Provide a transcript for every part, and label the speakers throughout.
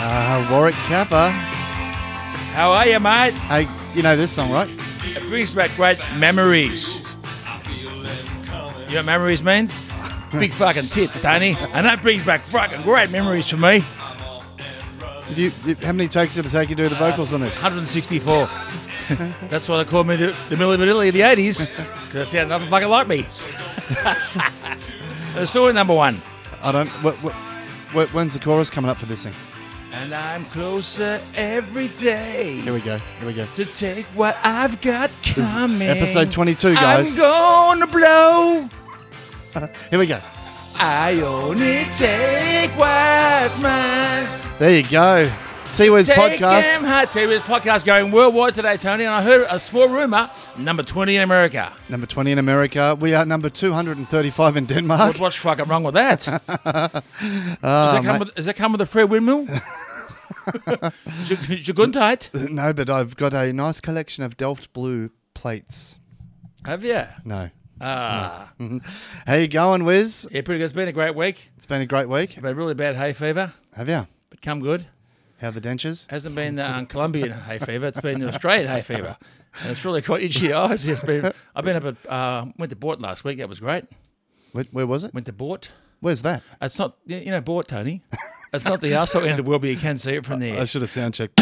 Speaker 1: Uh, Warwick Kappa.
Speaker 2: How are you, mate?
Speaker 1: Hey, you know this song, right?
Speaker 2: It brings back great memories. You know what memories means? Big fucking tits, Tony. And that brings back fucking great memories for me.
Speaker 1: Did you? Did, how many takes did it take you to do the vocals on this?
Speaker 2: 164. That's why they called me the, the Milli Vanilli of the 80s, because I sound nothing fucking like me. That's story number one.
Speaker 1: I don't. What, what, what, when's the chorus coming up for this thing?
Speaker 2: And I'm closer every day
Speaker 1: Here we go. Here we go.
Speaker 2: to take what I've got
Speaker 1: This is
Speaker 2: coming.
Speaker 1: episode 22, guys.
Speaker 2: I'm gonna blow.
Speaker 1: Here we go.
Speaker 2: I only take what's mine.
Speaker 1: There you go. T-Wiz
Speaker 2: Take
Speaker 1: podcast.
Speaker 2: them high. TV's podcast going worldwide today, Tony. And I heard a small rumor, number 20 in America.
Speaker 1: Number 20 in America. We are number 235 in Denmark.
Speaker 2: What, what's fucking wrong with that? Does, that come
Speaker 1: Oh, mate.
Speaker 2: with, does that come with a free windmill? Juguntight?
Speaker 1: No, but I've got a nice collection of Delft Blue plates.
Speaker 2: Have you?
Speaker 1: No. Mm-hmm.
Speaker 2: Ah,
Speaker 1: How you going, Wiz?
Speaker 2: yeah, pretty good. It's been a great week.
Speaker 1: It's been a great week.
Speaker 2: I've had really bad hay fever,
Speaker 1: Have you?
Speaker 2: but come good.
Speaker 1: How are the dentures?
Speaker 2: Hasn't been the um, Colombian hay fever. It's been the Australian hay fever. And it's really quite itchy eyes. It's been, I've been up at, uh, went to Bort last week. That was great.
Speaker 1: Where, where was it?
Speaker 2: Went to Bort.
Speaker 1: Where's that?
Speaker 2: It's not, you you know, Bort, Tony. It's not the arsehole end of the world, but you can see it from there.
Speaker 1: I should have sound checked.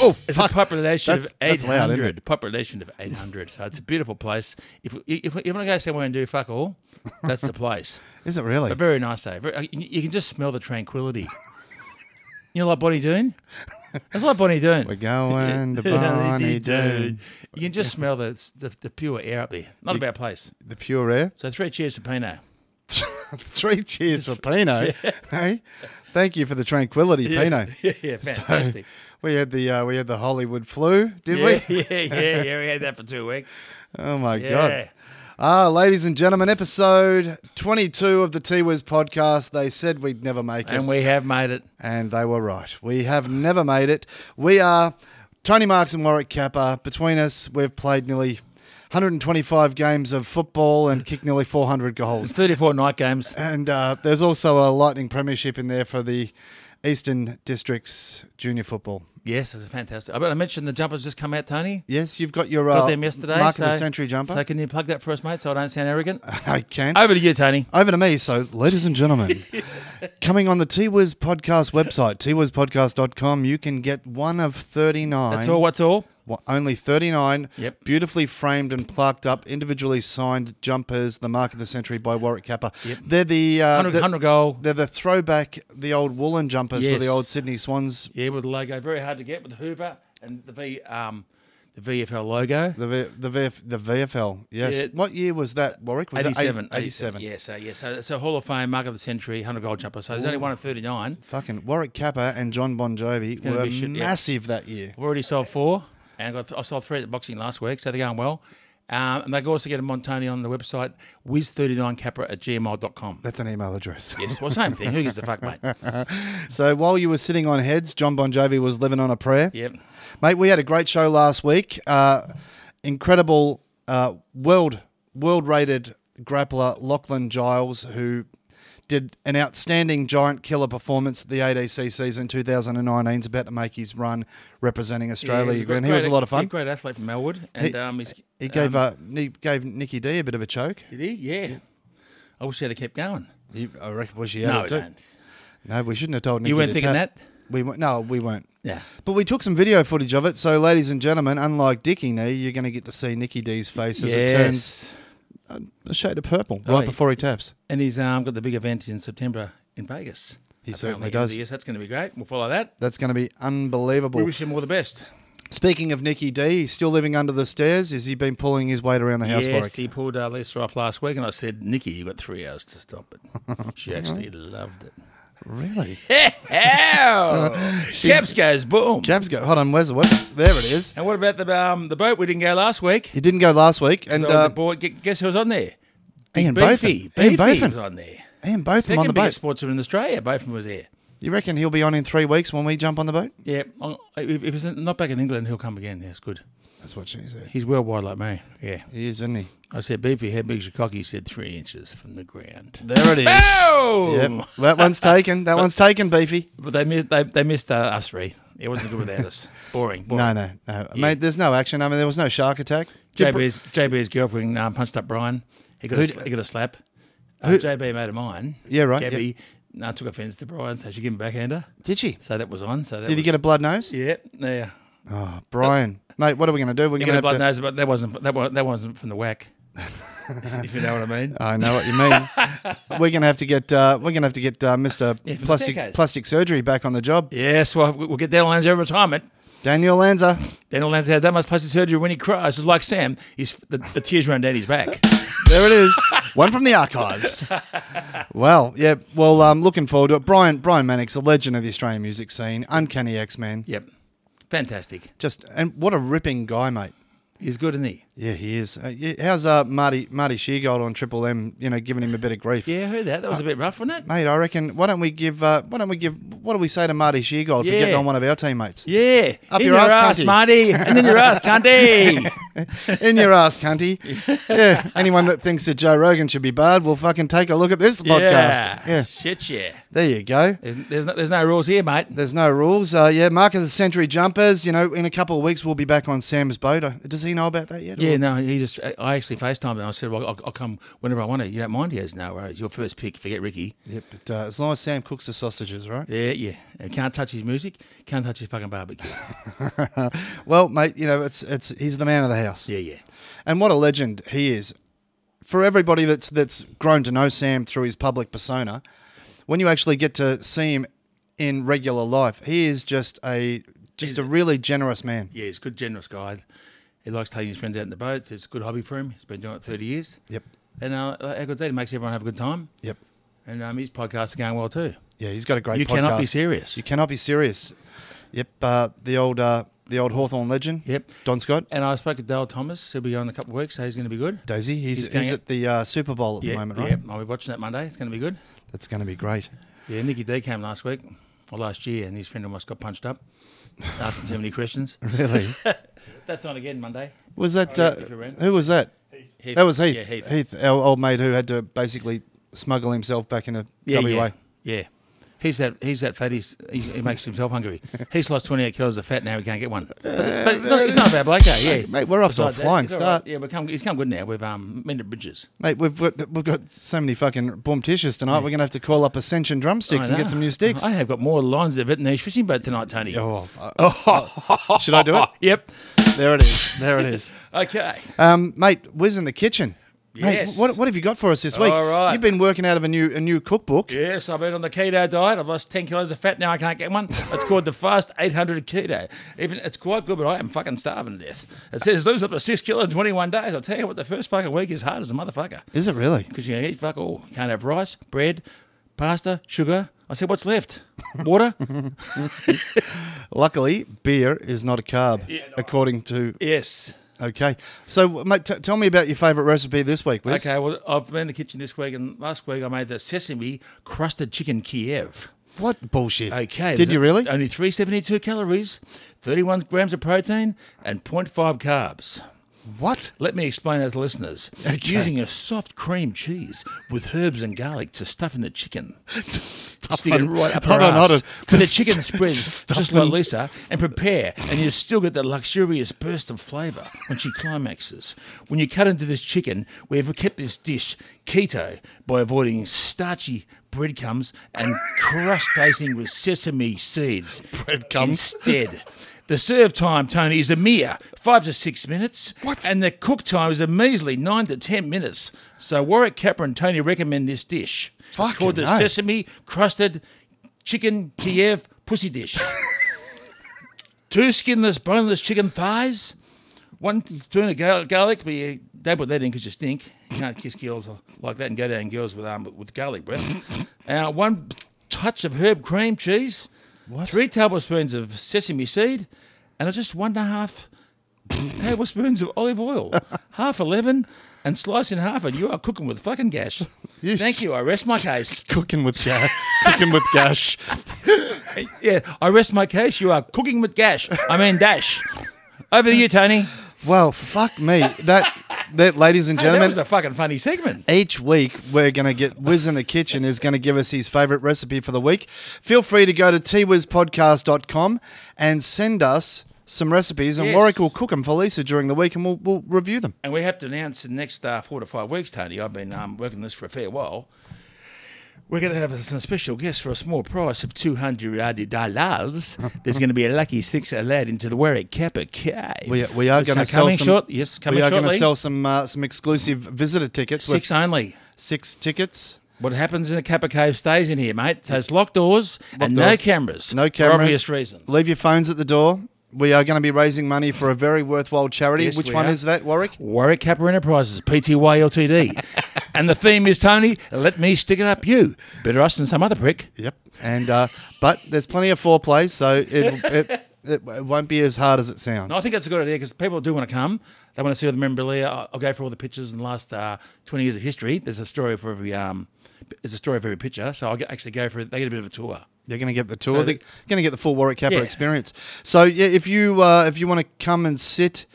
Speaker 1: Oh,
Speaker 2: It's
Speaker 1: fuck.
Speaker 2: a population
Speaker 1: That's-
Speaker 2: of
Speaker 1: that's loud, isn't
Speaker 2: 800. population of 800. So it's a beautiful place. If if, if you want to go somewhere and do fuck all, that's the place.
Speaker 1: Is it really?
Speaker 2: But very nice day. Very, uh, you, you can just smell the tranquility. You know, like Bonnie Doon? That's like Bonnie Doon.
Speaker 1: We're going to Barney Doon.
Speaker 2: You can just smell the, the, the pure air up there. Not a bad place.
Speaker 1: The pure air.
Speaker 2: So three cheers to Pino.
Speaker 1: Three cheers for Pino. Hey, thank you for the tranquility, Pino.
Speaker 2: Yeah, yeah fantastic.
Speaker 1: We had the uh, we had the Hollywood flu, did
Speaker 2: yeah,
Speaker 1: we?
Speaker 2: yeah, yeah, yeah. We had that for two weeks.
Speaker 1: Oh my
Speaker 2: Yeah.
Speaker 1: god. Ah, ladies and gentlemen, episode 22 of the T Wiz podcast. They said we'd never make it,
Speaker 2: And we have made it.
Speaker 1: and they were right. We have never made it. We are Tony Marks and Warwick Kappa. Between us, we've played nearly 125 games of football and kicked nearly 400 goals.
Speaker 2: 34 night games.
Speaker 1: And uh, there's also a Lightning Premiership in there for the Eastern Districts Junior Football.
Speaker 2: Yes, it's fantastic. I I mentioned the jumpers just come out, Tony.
Speaker 1: Yes, you've got your uh,
Speaker 2: Got them yesterday.
Speaker 1: Mark of the
Speaker 2: so-
Speaker 1: Century jumper.
Speaker 2: So can you plug that for us, mate, so I don't sound arrogant?
Speaker 1: I can.
Speaker 2: Over to you, Tony.
Speaker 1: Over to me. So, ladies and gentlemen, coming on the T-Wiz podcast website, twizpodcast.com, you can get one of 39.
Speaker 2: That's all. What's all?
Speaker 1: Well, only 39
Speaker 2: Yep.
Speaker 1: beautifully framed and plaqued up, individually signed jumpers, the mark of the century by Warwick Kappa. They're the, uh,
Speaker 2: 100,
Speaker 1: the-
Speaker 2: 100 goal.
Speaker 1: they're the throwback, the old woolen jumpers for the
Speaker 2: Yes.
Speaker 1: old Sydney Swans.
Speaker 2: Yeah, with the logo. Very hard to get with the Hoover and the V, um, the VFL logo.
Speaker 1: The v, the VF, the VFL, yes.
Speaker 2: Yeah.
Speaker 1: What year was that, Warwick? Was that eight-
Speaker 2: 87.
Speaker 1: 87.
Speaker 2: Yeah, so, yeah, so it's a Hall of Fame, Mark of the Century, 100 goal jumper. So there's only one of 39.
Speaker 1: Fucking Warwick Kappa and John Bon Jovi
Speaker 2: gonna
Speaker 1: were
Speaker 2: be shit, yeah.
Speaker 1: massive that year.
Speaker 2: I've already sold four, and I, got, I sold three at the boxing last week, so they're going well. Um, and they can also get a Montoni on the website, whiz39capra at gmail.com.
Speaker 1: That's an email address.
Speaker 2: Yes, well, same thing. Who gives a fuck, mate?
Speaker 1: So while you were sitting on heads, John Bon Jovi was living on a prayer.
Speaker 2: Yep.
Speaker 1: Mate, we had a great show last week. Uh, incredible uh, world world rated grappler Lachlan Giles, who did an outstanding giant killer performance at the ADC season 2019. He's about to make his run representing Australia
Speaker 2: Yeah,
Speaker 1: again.
Speaker 2: great-
Speaker 1: He was a lot of
Speaker 2: yeah,
Speaker 1: fun.
Speaker 2: Great athlete from Melwood, and um, he's,
Speaker 1: He gave uh, he gave Nikki D a bit of a choke.
Speaker 2: did he? Yeah. I wish he'd have kept going.
Speaker 1: He, I reckon wish he had
Speaker 2: No,
Speaker 1: it
Speaker 2: we
Speaker 1: too.
Speaker 2: don't.
Speaker 1: No, we shouldn't have told Nikki.
Speaker 2: You weren't
Speaker 1: to
Speaker 2: thinking
Speaker 1: tap.
Speaker 2: that?
Speaker 1: We weren't, no, we weren't.
Speaker 2: Yeah.
Speaker 1: But we took some video footage of it, so ladies and gentlemen, unlike Dickie Knee, you're going to get to see Nicky D's face as it turns a shade of purple right
Speaker 2: yeah.
Speaker 1: before he taps.
Speaker 2: And he's um, got the big event in September in Vegas.
Speaker 1: He
Speaker 2: Apparently,
Speaker 1: certainly
Speaker 2: end of
Speaker 1: does.
Speaker 2: the year, so that's going to be great. We'll follow that.
Speaker 1: That's going to be unbelievable.
Speaker 2: We wish him all the best.
Speaker 1: Speaking of Nicky D, he's still living under the stairs. Has he been pulling his weight around the house,
Speaker 2: yes,
Speaker 1: Warwick?
Speaker 2: he pulled uh, Lisa off last week, and I said, Nikki, you got three hours to stop it. She actually loved it.
Speaker 1: Really?
Speaker 2: Ow! Caps goes boom.
Speaker 1: Gab's got. Hold on, where's the where's- There it is.
Speaker 2: and what about the um, the boat? We didn't go last week.
Speaker 1: He didn't go last week, and
Speaker 2: So
Speaker 1: uh,
Speaker 2: the boy, gu- guess who was on there?
Speaker 1: Ian
Speaker 2: Beefy.
Speaker 1: Botham. Ian
Speaker 2: Beefy
Speaker 1: Botham.
Speaker 2: was on there.
Speaker 1: Ian Botham on the
Speaker 2: Second biggest
Speaker 1: boat.
Speaker 2: sportsman in Australia. Botham was there.
Speaker 1: You reckon he'll be on in three weeks when we jump on the boat?
Speaker 2: Oh, Yeah, I'll- if if he's not back in England, he'll come again. That's good.
Speaker 1: That's what she said.
Speaker 2: He's worldwide like me. Yeah.
Speaker 1: He is, isn't he?
Speaker 2: I said, Beefy, how big's your cock? He said, three inches from the ground.
Speaker 1: There it is.
Speaker 2: Oh!
Speaker 1: Yep. That one's taken. That one's taken, Beefy.
Speaker 2: But they, mi- they, they missed uh, us three. It wasn't good without us. Boring. boring.
Speaker 1: No, no, no. Mate, there's no action. I mean, there was no shark attack. Did Br-
Speaker 2: JB's, JB's girlfriend um, punched up Brian. He got, a, sl- he got a slap. Uh, JB, a mate of mine.
Speaker 1: Yeah, right,
Speaker 2: JB nah, took offence to Brian, so she gave him a backhander.
Speaker 1: Did she?
Speaker 2: So that was on. So that
Speaker 1: Did he get a blood nose?
Speaker 2: Yeah, yeah.
Speaker 1: Oh, Brian. Mate, what are we going to do? We're
Speaker 2: He
Speaker 1: going to
Speaker 2: got a
Speaker 1: have
Speaker 2: blood
Speaker 1: to.
Speaker 2: nose, but that wasn't that, wa- that wasn't from the whack. if you know what I mean.
Speaker 1: I know what you mean. we're going to have to get. Uh, we're going to have to get uh, Mr.
Speaker 2: from the
Speaker 1: plastic
Speaker 2: staircase.
Speaker 1: Plastic Surgery back on the job.
Speaker 2: Yes, well, we- we'll get Daniel Lanza in retirement.
Speaker 1: Daniel Lanza.
Speaker 2: Daniel Lanza had that much plastic surgery when he cries. It's like Sam, he's, the, the tears run down his back.
Speaker 1: There it is. One from the archives. Well, yeah. Well, um, looking forward to it. Brian Brian Mannix, a legend of the Australian music scene, uncanny X Man.
Speaker 2: yep. Fantastic.
Speaker 1: Just and what a ripping guy, mate.
Speaker 2: He's good, isn't he?
Speaker 1: Yeah, he is. Uh, yeah, how's uh, Marty Marty Sheargold on Triple M? You know, giving him a bit of grief.
Speaker 2: Yeah, I heard that. That was a bit rough, wasn't it?
Speaker 1: Mate, I reckon. Why don't we give? Uh, why don't we give? What do we say to Marty Sheargold for
Speaker 2: Yeah.
Speaker 1: getting on one of our teammates?
Speaker 2: Yeah.
Speaker 1: Up
Speaker 2: in
Speaker 1: your
Speaker 2: your
Speaker 1: ass,
Speaker 2: ass,
Speaker 1: cunty.
Speaker 2: Marty. And in your ass, cunty.
Speaker 1: In your ass, cunty. Yeah. Anyone that thinks that Joe Rogan should be barred, will fucking take a look at this podcast. Yeah.
Speaker 2: Shit, yeah.
Speaker 1: There you go.
Speaker 2: There's, there's, no, there's no rules here, mate.
Speaker 1: There's no rules. Uh, yeah, Mark is a century jumpers. You know, in a couple of weeks we'll be back on Sam's boat. Uh, Does he know about that yet?
Speaker 2: Yeah, no, he just, I- I actually FaceTimed him. I said, well, I'll, I'll come whenever I want to. You don't mind? He goes, no, worries. Your first pick. Forget Ricky.
Speaker 1: Yep. But uh, as long as Sam cooks the sausages, right?
Speaker 2: Yeah, yeah. And can't touch his music. Can't touch his fucking barbecue.
Speaker 1: Well, mate, you know it's it's he's the man of the house,
Speaker 2: Yeah, yeah.
Speaker 1: and what a legend he is. For everybody that's that's grown to know Sam through his public persona, when you actually get to see him in regular life, he is just a just a really generous man.
Speaker 2: Yeah, he's a good, generous guy. He likes taking his friends out in the boats. It's a good hobby for him. He's been doing it 30 years.
Speaker 1: Yep.
Speaker 2: And uh, how good's that? He makes everyone have a good time.
Speaker 1: Yep.
Speaker 2: And um, his podcasts are going well too.
Speaker 1: Yeah, he's got a great.
Speaker 2: you cannot be
Speaker 1: podcast.
Speaker 2: serious.
Speaker 1: You cannot be serious. Yep. Uh, the old uh, the old Hawthorne legend.
Speaker 2: Yep.
Speaker 1: Don Scott.
Speaker 2: And I spoke to Dale Thomas. He'll be on in a couple of weeks, so he's going to be good.
Speaker 1: Daisy, he's,
Speaker 2: He's
Speaker 1: he's,
Speaker 2: going it.
Speaker 1: at the uh, Super Bowl at
Speaker 2: yeah,
Speaker 1: the moment, right?
Speaker 2: yeah. I'll be watching that Monday. It's going to be good.
Speaker 1: That's going to be great.
Speaker 2: Yeah, Nicky D came last week or last year, and his friend almost got punched up. Asking too many questions.
Speaker 1: Really?
Speaker 2: That's on again Monday.
Speaker 1: was that
Speaker 2: Oh, yeah,
Speaker 1: uh,
Speaker 2: if you ran.
Speaker 1: who was that?
Speaker 2: Heath.
Speaker 1: That was Heath.
Speaker 2: Yeah, Heath.
Speaker 1: our old mate who had to basically smuggle himself back into
Speaker 2: Yeah,
Speaker 1: WA.
Speaker 2: yeah, yeah. He's that he's that fat. He's, he's, he makes himself hungry. He's lost twenty eight kilos of fat now. He can't get one. But, but he's, not, he's not a bad bloke, eh? Yeah,
Speaker 1: Mate, we're off to a
Speaker 2: Besides that,
Speaker 1: flying
Speaker 2: he's all
Speaker 1: start.
Speaker 2: right. Yeah, we've come, he's come good now. We've um, mended bridges.
Speaker 1: Mate, we've got, we've got so many fucking boomticious tonight. We're going to have to call up Ascension Drumsticks
Speaker 2: I
Speaker 1: and get
Speaker 2: know.
Speaker 1: some new sticks.
Speaker 2: I have got more lines of it in these fishing boat tonight, Tony.
Speaker 1: Oh, uh, should I do it?
Speaker 2: Yep.
Speaker 1: There it is. There it is.
Speaker 2: Okay.
Speaker 1: Um, mate, Wiz in the kitchen.
Speaker 2: Yes.
Speaker 1: Mate, what, what have you got for us this week?
Speaker 2: All right.
Speaker 1: You've been working out of a new a new cookbook.
Speaker 2: Yes, I've been on the keto diet. I've lost 10 kilos of fat. Now I can't get one. It's called the Fast 800 Keto. Even It's quite good, but I am fucking starving to death. It says lose up to 6 kilos in 21 days. I'll tell you what, the first fucking week is hard as a motherfucker.
Speaker 1: Is it really?
Speaker 2: Because you eat fuck all. You can't have rice, bread, pasta, sugar. I said, what's left? Water?
Speaker 1: Luckily, beer is not a carb, according to.
Speaker 2: yes.
Speaker 1: Okay, so mate, t- tell me about your favourite recipe this week, Wes.
Speaker 2: Okay, well, I've been in the kitchen this week, and last week I made the sesame crusted chicken Kiev.
Speaker 1: What bullshit?
Speaker 2: Okay. uh,
Speaker 1: Did you really?
Speaker 2: Only 372 calories, 31 grams of protein, and 0.5 carbs.
Speaker 1: What?
Speaker 2: Let me explain that to listeners. Using a soft cream cheese with herbs and garlic to stuff in the chicken. Stick it
Speaker 1: on-
Speaker 2: right up
Speaker 1: hold
Speaker 2: her
Speaker 1: on, hold
Speaker 2: ass.
Speaker 1: on.
Speaker 2: With the
Speaker 1: Just-
Speaker 2: chicken spreads, just like Lisa, and prepare, and you still get that luxurious burst of flavour when she climaxes. When you cut into this chicken, we have kept this dish keto by avoiding starchy breadcrumbs and crust basting with sesame seeds.
Speaker 1: Breadcrumbs?
Speaker 2: Instead. The serve time, Tony, is a mere five to six minutes.
Speaker 1: What?
Speaker 2: And the cook time is a measly nine to ten minutes. So Warwick Capper and Tony recommend this dish.
Speaker 1: Fucking
Speaker 2: it's called the
Speaker 1: no.
Speaker 2: sesame crusted chicken Kiev pussy dish. Two skinless, boneless chicken thighs. One spoon of gar- garlic, but you don't put that in because you stink. You can't kiss girls like that and go down girls with um, with garlic breath. uh, one touch of herb cream cheese. Three tablespoons of sesame seed, and just one and a half tablespoons of olive oil. half a lemon, and slice in half, and you are cooking with fucking gash.
Speaker 1: You
Speaker 2: Thank you. I rest my case.
Speaker 1: Cooking with gash. cooking with gash.
Speaker 2: Yeah, I rest my case. You are cooking with gash. I mean dash. Over to you, Tony.
Speaker 1: Well, fuck me. That that, ladies and
Speaker 2: That
Speaker 1: gentlemen,
Speaker 2: was a fucking funny segment.
Speaker 1: each week we're going to get Wiz in the kitchen is going to give us his favorite recipe for the week. Feel free to go to twizpodcast.com and send us some recipes, and
Speaker 2: Yes.
Speaker 1: Warwick will cook them for Lisa during the week, and we'll, we'll review them.
Speaker 2: And we have to announce in the next uh, four to five weeks, Tony. I've been um, working this for a fair while. We're going to have a a special guest for a small price of two hundred dollars. There's going to be a lucky six allowed into the Warwick Kappa Cave.
Speaker 1: We, we are
Speaker 2: Which
Speaker 1: going to sell
Speaker 2: coming
Speaker 1: some.
Speaker 2: short. Yes, coming
Speaker 1: we are
Speaker 2: shortly.
Speaker 1: to sell some uh, some exclusive visitor tickets.
Speaker 2: six
Speaker 1: with
Speaker 2: only.
Speaker 1: six tickets.
Speaker 2: What happens in the Kappa Cave stays in here, mate. So it's locked doors and no
Speaker 1: doors.
Speaker 2: cameras.
Speaker 1: No cameras.
Speaker 2: For obvious reasons.
Speaker 1: Leave your phones at the door. We are going to be raising money for a very worthwhile charity.
Speaker 2: Yes,
Speaker 1: Which
Speaker 2: we
Speaker 1: one
Speaker 2: are.
Speaker 1: is that, Warwick?
Speaker 2: Warwick Kappa Enterprises, PTY Ltd. and the theme is, Tony, let me stick it up you. Better us than some other prick.
Speaker 1: Yep. And uh, but there's plenty of foreplay, so it, it, it it won't be as hard as it sounds.
Speaker 2: No, I think that's a good idea because people do want to come. They want to see all the memorabilia. I- I'll go for all the pictures in the last uh, 20 years of history. There's a story for every um, there's a story for every picture. So I'll get, actually go for They get a bit of a tour.
Speaker 1: They're going to get the tour.
Speaker 2: So
Speaker 1: They're
Speaker 2: the-
Speaker 1: going to get the full Warwick Kappa
Speaker 2: Yeah.
Speaker 1: experience. So yeah, if you uh, if you want to come and sit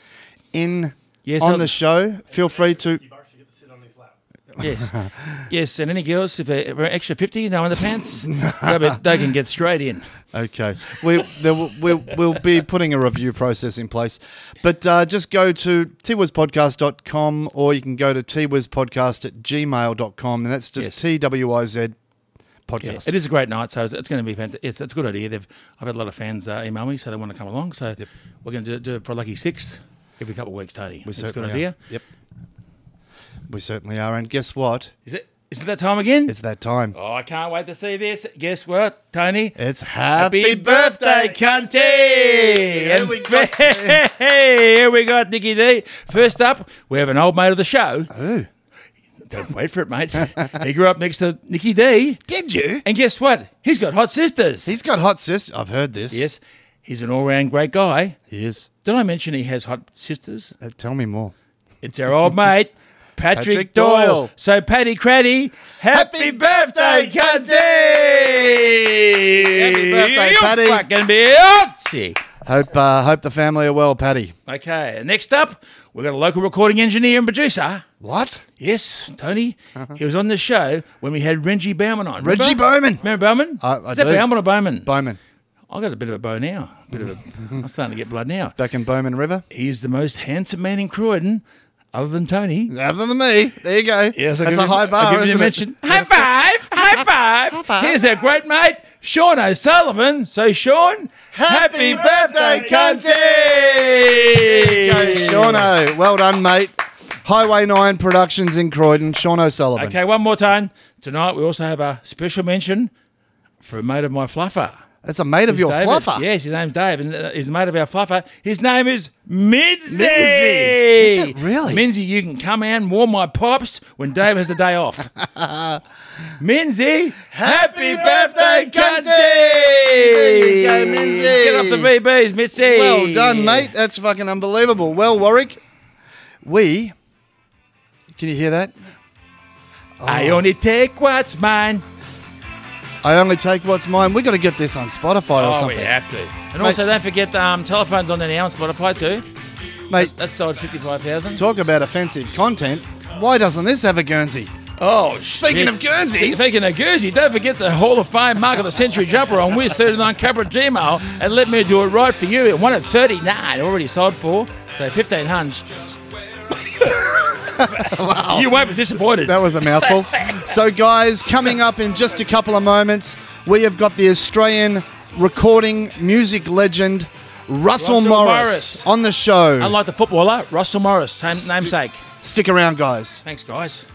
Speaker 1: in
Speaker 2: Yes,
Speaker 1: on
Speaker 2: I'll-
Speaker 1: the show, feel free to.
Speaker 3: bucks, you get to sit on his lap.
Speaker 2: Yes, yes. And any girls, if they're if they're extra 50, no underpants, no. but they can get straight in.
Speaker 1: Okay, we there will, we'll, we'll be putting a review process in place, but uh, just go to twizpodcast.com or you can go to twizpodcast at gmail.com and that's just
Speaker 2: Yes.
Speaker 1: T W I Z
Speaker 2: Yeah,
Speaker 1: podcast.
Speaker 2: it is a great night, so it's, it's going to be fantastic. It's, it's a good idea. They've, I've had a lot of fans uh, email me, so they want to come along. So we're going to do, do it for a lucky six every couple of weeks, Tony. it's a good
Speaker 1: certainly are.
Speaker 2: idea.
Speaker 1: Yep, we certainly are. And guess what?
Speaker 2: Is it? Is it that time again?
Speaker 1: It's that time.
Speaker 2: oh, I can't wait to see this. Guess what, Tony?
Speaker 1: It's happy,
Speaker 2: Happy birthday, Cunty!
Speaker 1: Here
Speaker 2: And
Speaker 1: we go.
Speaker 2: here we got Nicky D. First up, we have an old mate of the show.
Speaker 1: Ooh.
Speaker 2: Don't wait for it, mate. he grew up next to Nicky D.
Speaker 1: Did you?
Speaker 2: And guess what? He's got hot sisters.
Speaker 1: He's got hot sis. I've heard this.
Speaker 2: yes, he's an all round great guy.
Speaker 1: He is.
Speaker 2: Did I mention he has hot sisters?
Speaker 1: Uh, tell me more.
Speaker 2: It's our old mate, Patrick,
Speaker 1: Patrick
Speaker 2: Doyle.
Speaker 1: Doyle.
Speaker 2: So, Paddy Craddy, happy,
Speaker 1: Happy birthday,
Speaker 2: birthday, Cunty!
Speaker 1: Happy birthday,
Speaker 2: you
Speaker 1: Paddy.
Speaker 2: fucking Beyonce!
Speaker 1: Hope uh, hope the family are well, Paddy.
Speaker 2: Okay, next up, we've got a local recording engineer and producer.
Speaker 1: What?
Speaker 2: Yes, Tony. He was on the show when we had Reggie Bowman on.
Speaker 1: Uh-huh.
Speaker 2: Remember?
Speaker 1: Reggie Bowman.
Speaker 2: Remember Bowman?
Speaker 1: I- I
Speaker 2: Is that
Speaker 1: do.
Speaker 2: Bowman or Bowman?
Speaker 1: Bowman.
Speaker 2: I got a bit of a bow now. A bit of a, I'm starting to get blood now.
Speaker 1: Back in Bowman River.
Speaker 2: He is the most handsome man in Croydon, other than Tony.
Speaker 1: Other than me. There you go.
Speaker 2: Yes, I'll
Speaker 1: That's
Speaker 2: give
Speaker 1: a
Speaker 2: you-
Speaker 1: high
Speaker 2: I'll
Speaker 1: bar,
Speaker 2: give you
Speaker 1: isn't
Speaker 2: a
Speaker 1: it?
Speaker 2: mention. High five! High five! Here's our great mate, Sean O'Sullivan. So, Sean,
Speaker 1: Happy birthday,
Speaker 2: Cunty!
Speaker 1: Go, Shauno. Well done, mate. Highway 9 Productions in Croydon. Sean O'Sullivan.
Speaker 2: Okay, one more time. Tonight we also have a special mention for a mate of my fluffer.
Speaker 1: That's a mate of your
Speaker 2: David.
Speaker 1: fluffer.
Speaker 2: Yes, his name's Dave, and uh, he's a mate of our fluffer. His name is Minzy.
Speaker 1: Minzy. Is it really?
Speaker 2: Minzy, you can come out and warm my pipes when Dave has the day off. Minzy, happy birthday, Cunty! There
Speaker 1: you go, Minzy.
Speaker 2: Get off the VBs, Mitzi.
Speaker 1: Well done, mate. That's fucking unbelievable. Well, Warwick, we. Can you hear that?
Speaker 2: I only take what's mine.
Speaker 1: I only take what's mine. we got to get this on Spotify or
Speaker 2: Oh, we
Speaker 1: something.
Speaker 2: have to. And also, don't forget um, telephones on there now on Spotify too.
Speaker 1: Mate,
Speaker 2: That's sold fifty-five thousand.
Speaker 1: talk about offensive content. Why doesn't this have a Guernsey?
Speaker 2: Oh,
Speaker 1: Speaking of Guernseys.
Speaker 2: Speaking of Guernsey, don't forget the Hall of Fame Mark of the Century jumper on Wiz 39 Capra Gmail and let me do it right for you. It won at 39, already sold for, so 1500. You won't be disappointed.
Speaker 1: That was a mouthful. so, guys, coming up in just a couple of moments, we have got the Australian recording music legend Russell,
Speaker 2: Russell
Speaker 1: Morris,
Speaker 2: Morris.
Speaker 1: on the show.
Speaker 2: Unlike the footballer, Russell Morris, same namesake.
Speaker 1: Stick around, guys.
Speaker 2: Thanks, guys.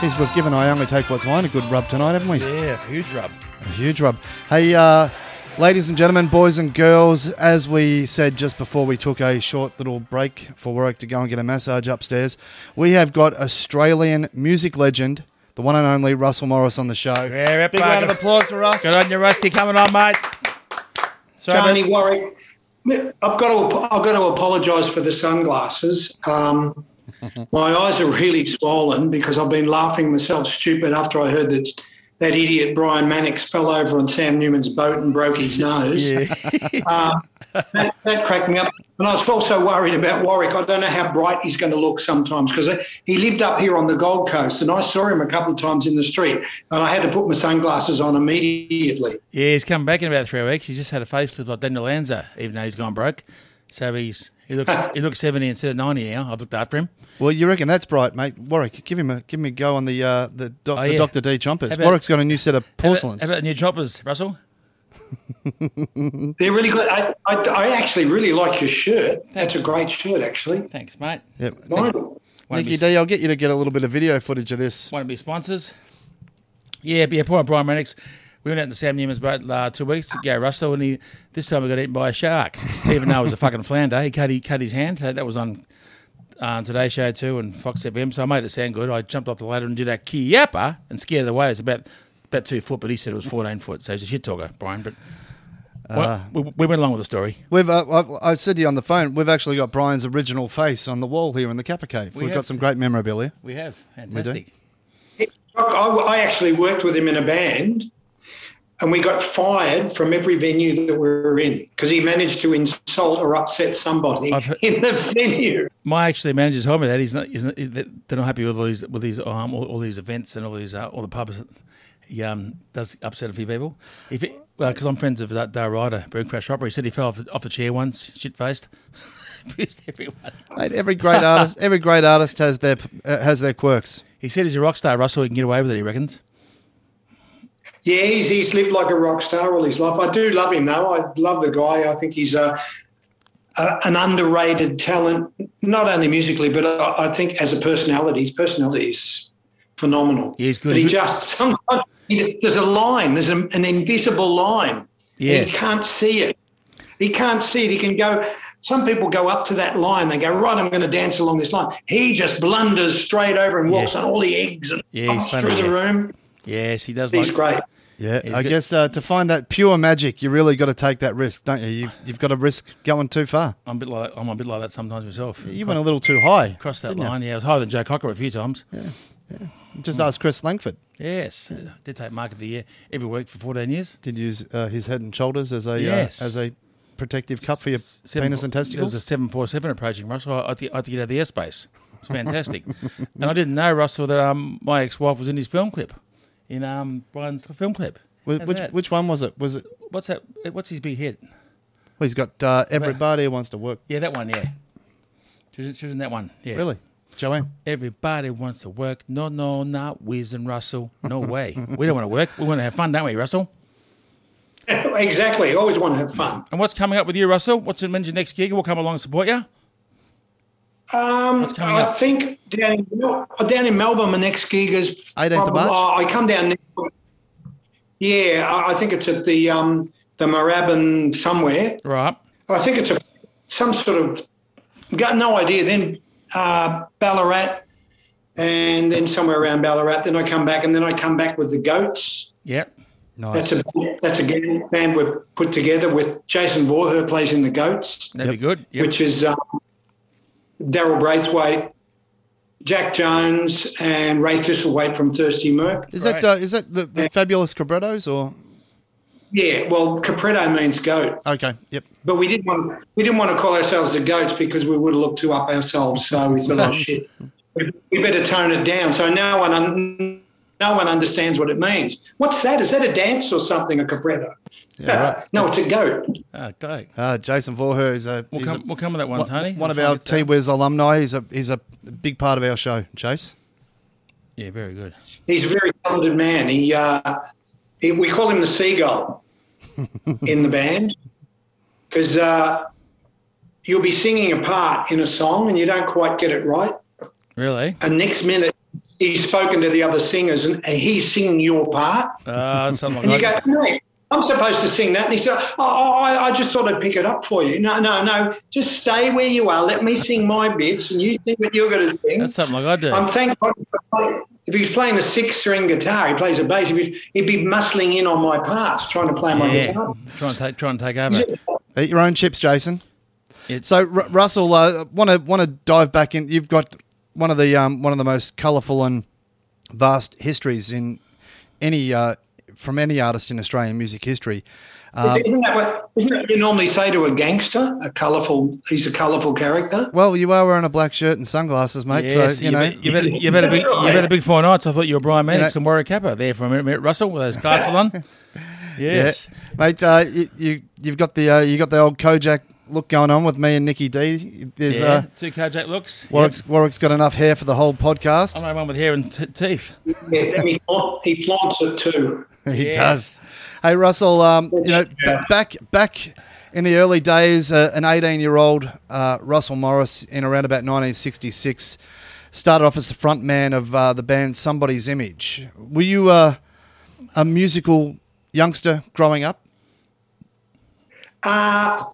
Speaker 1: Geez, we've given I Only Take What's Mine a good rub tonight, haven't we?
Speaker 2: Yeah, huge rub.
Speaker 1: A huge rub. Hey, uh, ladies and gentlemen, boys and girls, as we said just before we took a short little break for work to go and get a massage upstairs, we have got Australian music legend, the one and only Russell Morris on the show.
Speaker 2: Yeah,
Speaker 1: Big round of applause for Russ.
Speaker 2: Good on you, Rusty, coming on, mate. Sorry,
Speaker 3: Tony
Speaker 2: mate.
Speaker 3: Warwick, Yeah, I've got to I've got to apologise for the sunglasses. Um, my eyes are really swollen because I've been laughing myself stupid after I heard that that idiot Brian Mannix fell over on Sam Newman's boat and broke his nose. Uh, that, that cracked me up. And I was also worried about Warwick. I don't know how bright he's going to look sometimes because he lived up here on the Gold Coast and I saw him a couple of times in the street and I had to put my sunglasses on immediately.
Speaker 2: Yeah, he's come back in about three weeks. He's just had a facelift like Daniel Lanza, even though he's gone broke. So he's he looks he looks seventy instead of ninety now. I've looked after him.
Speaker 1: Well, you reckon that's bright, mate. Warwick, give him a give him a go on the uh, the, doc,
Speaker 2: Oh,
Speaker 1: the
Speaker 2: yeah.
Speaker 1: Doctor D chompers.
Speaker 2: How about-
Speaker 1: Warwick's got a new set of
Speaker 2: How about-
Speaker 1: porcelains.
Speaker 2: How about, new choppers, Russell?
Speaker 3: They're really good. I, I, I actually really like your shirt. That's a great shirt, actually.
Speaker 2: Thanks, mate.
Speaker 1: Yep.
Speaker 3: Mine.
Speaker 2: One of
Speaker 1: Nicky
Speaker 2: his-
Speaker 1: D, I'll get you to get a little bit of video footage of this.
Speaker 2: One of his sponsors. Yeah, but yeah, poor Brian Mannix. We went out to Sam Newman's boat uh, two weeks ago, Russell, and he this time we got eaten by a shark. Even though it was a fucking flounder, he cut he cut his hand. Uh, That was on uh, Today Show too and Fox FM. So I made it sound good. I jumped off the ladder and did a kiyapa and scared it away. It's about about two foot, but he said it was fourteen foot. So he's a shit talker, Brian. But well, we, we went along with the story.
Speaker 1: We've uh, I've- I said to you on the phone, we've actually got Brian's original face on the wall here in the Kappa Cave. We have
Speaker 2: have.
Speaker 1: got some great memorabilia.
Speaker 2: We have fantastic.
Speaker 3: I, I actually worked with him in a band, and we got fired from every venue that we were in because he managed to insult or upset somebody
Speaker 2: I've heard-
Speaker 3: in the venue.
Speaker 2: My actually manager told me that he's not, he's not they're not happy with all these with these um, all, all these events and all these uh, all the pubs. He um, does upset a few people. If it, well, because I'm friends of that Dar Ryder, Burn Crash Opera. He said he fell off the, off the chair once, shit faced. Abused everyone.
Speaker 1: Mate, every great artist, every great artist has their uh, has their quirks.
Speaker 2: He said he's a rock star, Russell. He can get away with it. He reckons.
Speaker 3: Yeah, he's, he's lived like a rock star all his life. I do love him though. I love the guy. I think he's a, a an underrated talent, not only musically, but I, I think as a personality. His personality is phenomenal.
Speaker 2: Yeah, he's good.
Speaker 3: But he
Speaker 2: He's-
Speaker 3: just sometimes he, there's a line. There's a, an invisible line.
Speaker 2: Yeah.
Speaker 3: He can't see it. He can't see it. He can go. Some people go up to that line. They go, right, I'm going to dance along this line. He just blunders straight over and walks
Speaker 2: Yeah.
Speaker 3: on all the eggs and
Speaker 2: Yeah, he's
Speaker 3: hops
Speaker 2: funny,
Speaker 3: through the
Speaker 2: yeah.
Speaker 3: room.
Speaker 2: Yes, he does.
Speaker 3: He's
Speaker 2: like,
Speaker 3: great.
Speaker 1: Yeah,
Speaker 2: He's
Speaker 1: I
Speaker 2: good.
Speaker 1: guess uh, to find that pure magic, you really got to take that risk, don't you? You've, you've got to risk going too far.
Speaker 2: I'm a bit like I'm a bit like that sometimes myself.
Speaker 1: You went a little too high.
Speaker 2: Crossed that
Speaker 1: didn't you?
Speaker 2: line. Mm. Yeah, I was higher than Joe Cocker a few times.
Speaker 1: Just ask Chris Langford.
Speaker 2: Yes, did take Mark of the Year every week for 14 years.
Speaker 1: Did use uh, his head and shoulders as a
Speaker 2: Yes.
Speaker 1: uh, as a protective cup for your
Speaker 2: Seven
Speaker 1: penis
Speaker 2: fo-
Speaker 1: and
Speaker 2: There was a
Speaker 1: testicles.
Speaker 2: 747 approaching Russell. I, I, had to, I had to get out of the airspace. It's fantastic. and I didn't know, Russell, that um, my ex wife was in his film clip, in um, Brian's film clip.
Speaker 1: Wh-
Speaker 2: How's
Speaker 1: Which
Speaker 2: that?
Speaker 1: which one was it? Was it?
Speaker 2: What's that? What's his big hit?
Speaker 1: Well, he's got uh, everybody wants to work.
Speaker 2: Yeah, that one, yeah. She was, she was in that one. Yeah.
Speaker 1: Really, Joanne.
Speaker 2: Everybody wants to work. No, no, not Wiz and Russell. No way. we don't want to work. We want to have fun, don't we, Russell?
Speaker 3: Exactly. Always want to have fun.
Speaker 2: And what's coming up with you, Russell? What's when's your next gig? We'll come along and support you.
Speaker 3: Um,
Speaker 2: What's coming
Speaker 3: I
Speaker 2: up?
Speaker 3: think down in, Mel- down in Melbourne, my next gig is
Speaker 1: 18th of March?
Speaker 3: Oh, I come down. Next week. Yeah, I, I think it's at the um, the Moorabbin somewhere.
Speaker 2: Right.
Speaker 3: I think it's a some sort of got no idea. Then uh, Ballarat, and then somewhere around Ballarat. Then I come back, and then I come back with the goats.
Speaker 2: Yep.
Speaker 1: Nice.
Speaker 3: That's a that's a gang- band we have put together with Jason Voorher plays in the goats.
Speaker 2: That'd be good. Yep.
Speaker 3: which is um, Daryl Braithwaite, Jack Jones, and Ray Thistlewaite from Thirsty Merc.
Speaker 1: Is
Speaker 2: Right.
Speaker 1: that uh, is that the, the fabulous Cabrettos or
Speaker 3: Yeah, well, Capretto means goat,
Speaker 1: okay? Yep.
Speaker 3: but we didn't want we didn't want to call ourselves the goats because we would have looked too up ourselves. So we thought, oh shit, we, we better tone it down. So no one un- no one understands what it means. What's that? Is that a dance or something? A Capretto?
Speaker 1: right.
Speaker 3: no, it's a goat.
Speaker 2: Ah, go.
Speaker 1: Uh, Jason Voorher is a
Speaker 2: We'll
Speaker 1: he's a-
Speaker 2: come, we'll come with that one,
Speaker 1: one,
Speaker 2: Tony.
Speaker 1: one of
Speaker 2: We'll
Speaker 1: our
Speaker 2: try
Speaker 1: T
Speaker 2: and get
Speaker 1: Wiz alumni. He's a he's a big part of our show. Chase.
Speaker 2: that. Yeah, very good.
Speaker 3: He's a very talented man. He, uh, he we call him the seagull in the band because uh, you'll be singing a part in a song and you don't quite get it right,
Speaker 2: Really? Uh,
Speaker 3: and next minute he's spoken to the other singers and he's singing your part,
Speaker 2: Uh, something
Speaker 3: and you
Speaker 2: like
Speaker 3: go,
Speaker 2: that.
Speaker 3: "Mate, I'm supposed to sing that," and he said, "Oh, oh, I, I just thought I'd pick it up for you." No, no, no. Just stay where you are. Let me sing my bits, and you sing what you're going to sing.
Speaker 2: That's something like I do.
Speaker 3: I'm thank God for play- if he's playing a six string guitar, he plays a bass, he'd be, he'd be muscling in on my parts, trying to play my
Speaker 2: yeah.
Speaker 3: guitar.
Speaker 2: Try and take, try and take over.
Speaker 1: Eat Uh, your own chips, Jason.
Speaker 2: It-
Speaker 1: so R- Russell, want to want to dive back in. You've got one of the um, one of the most colourful and vast histories in any uh, from any artist in Australian music history. Um,
Speaker 3: isn't, that what, isn't that what you normally say to a gangster? A colourful, he's a colourful character.
Speaker 1: well, you are wearing a black shirt and sunglasses, mate.
Speaker 2: Yes,
Speaker 1: so you know.
Speaker 2: bet- you better, you better, be, you better big four nights. I thought you were Brian Mannix
Speaker 1: know-
Speaker 2: and Warwick Kappa there for a minute, minute, Russell, with those glasses on. Yes.
Speaker 1: Yeah. Mate, uh, you, you you've got the uh, you got the old Kojak look going on with me and Nikki D. There's
Speaker 2: Yeah.
Speaker 1: uh,
Speaker 2: Two carjack looks. Yep.
Speaker 1: Warwick's Warwick's got enough hair for the whole podcast.
Speaker 2: I'm the only one with hair and t- teeth.
Speaker 3: Yeah, and he, flaunt- he flaunts it too.
Speaker 1: he
Speaker 2: Yeah.
Speaker 1: does. Hey Russell, um, you know ba- back back in the early days, uh, an 18 year old uh, Russell Morris in around about 1966 started off as the front man of uh, the band Somebody's Image. Were you uh, a musical youngster growing up?
Speaker 3: Uh,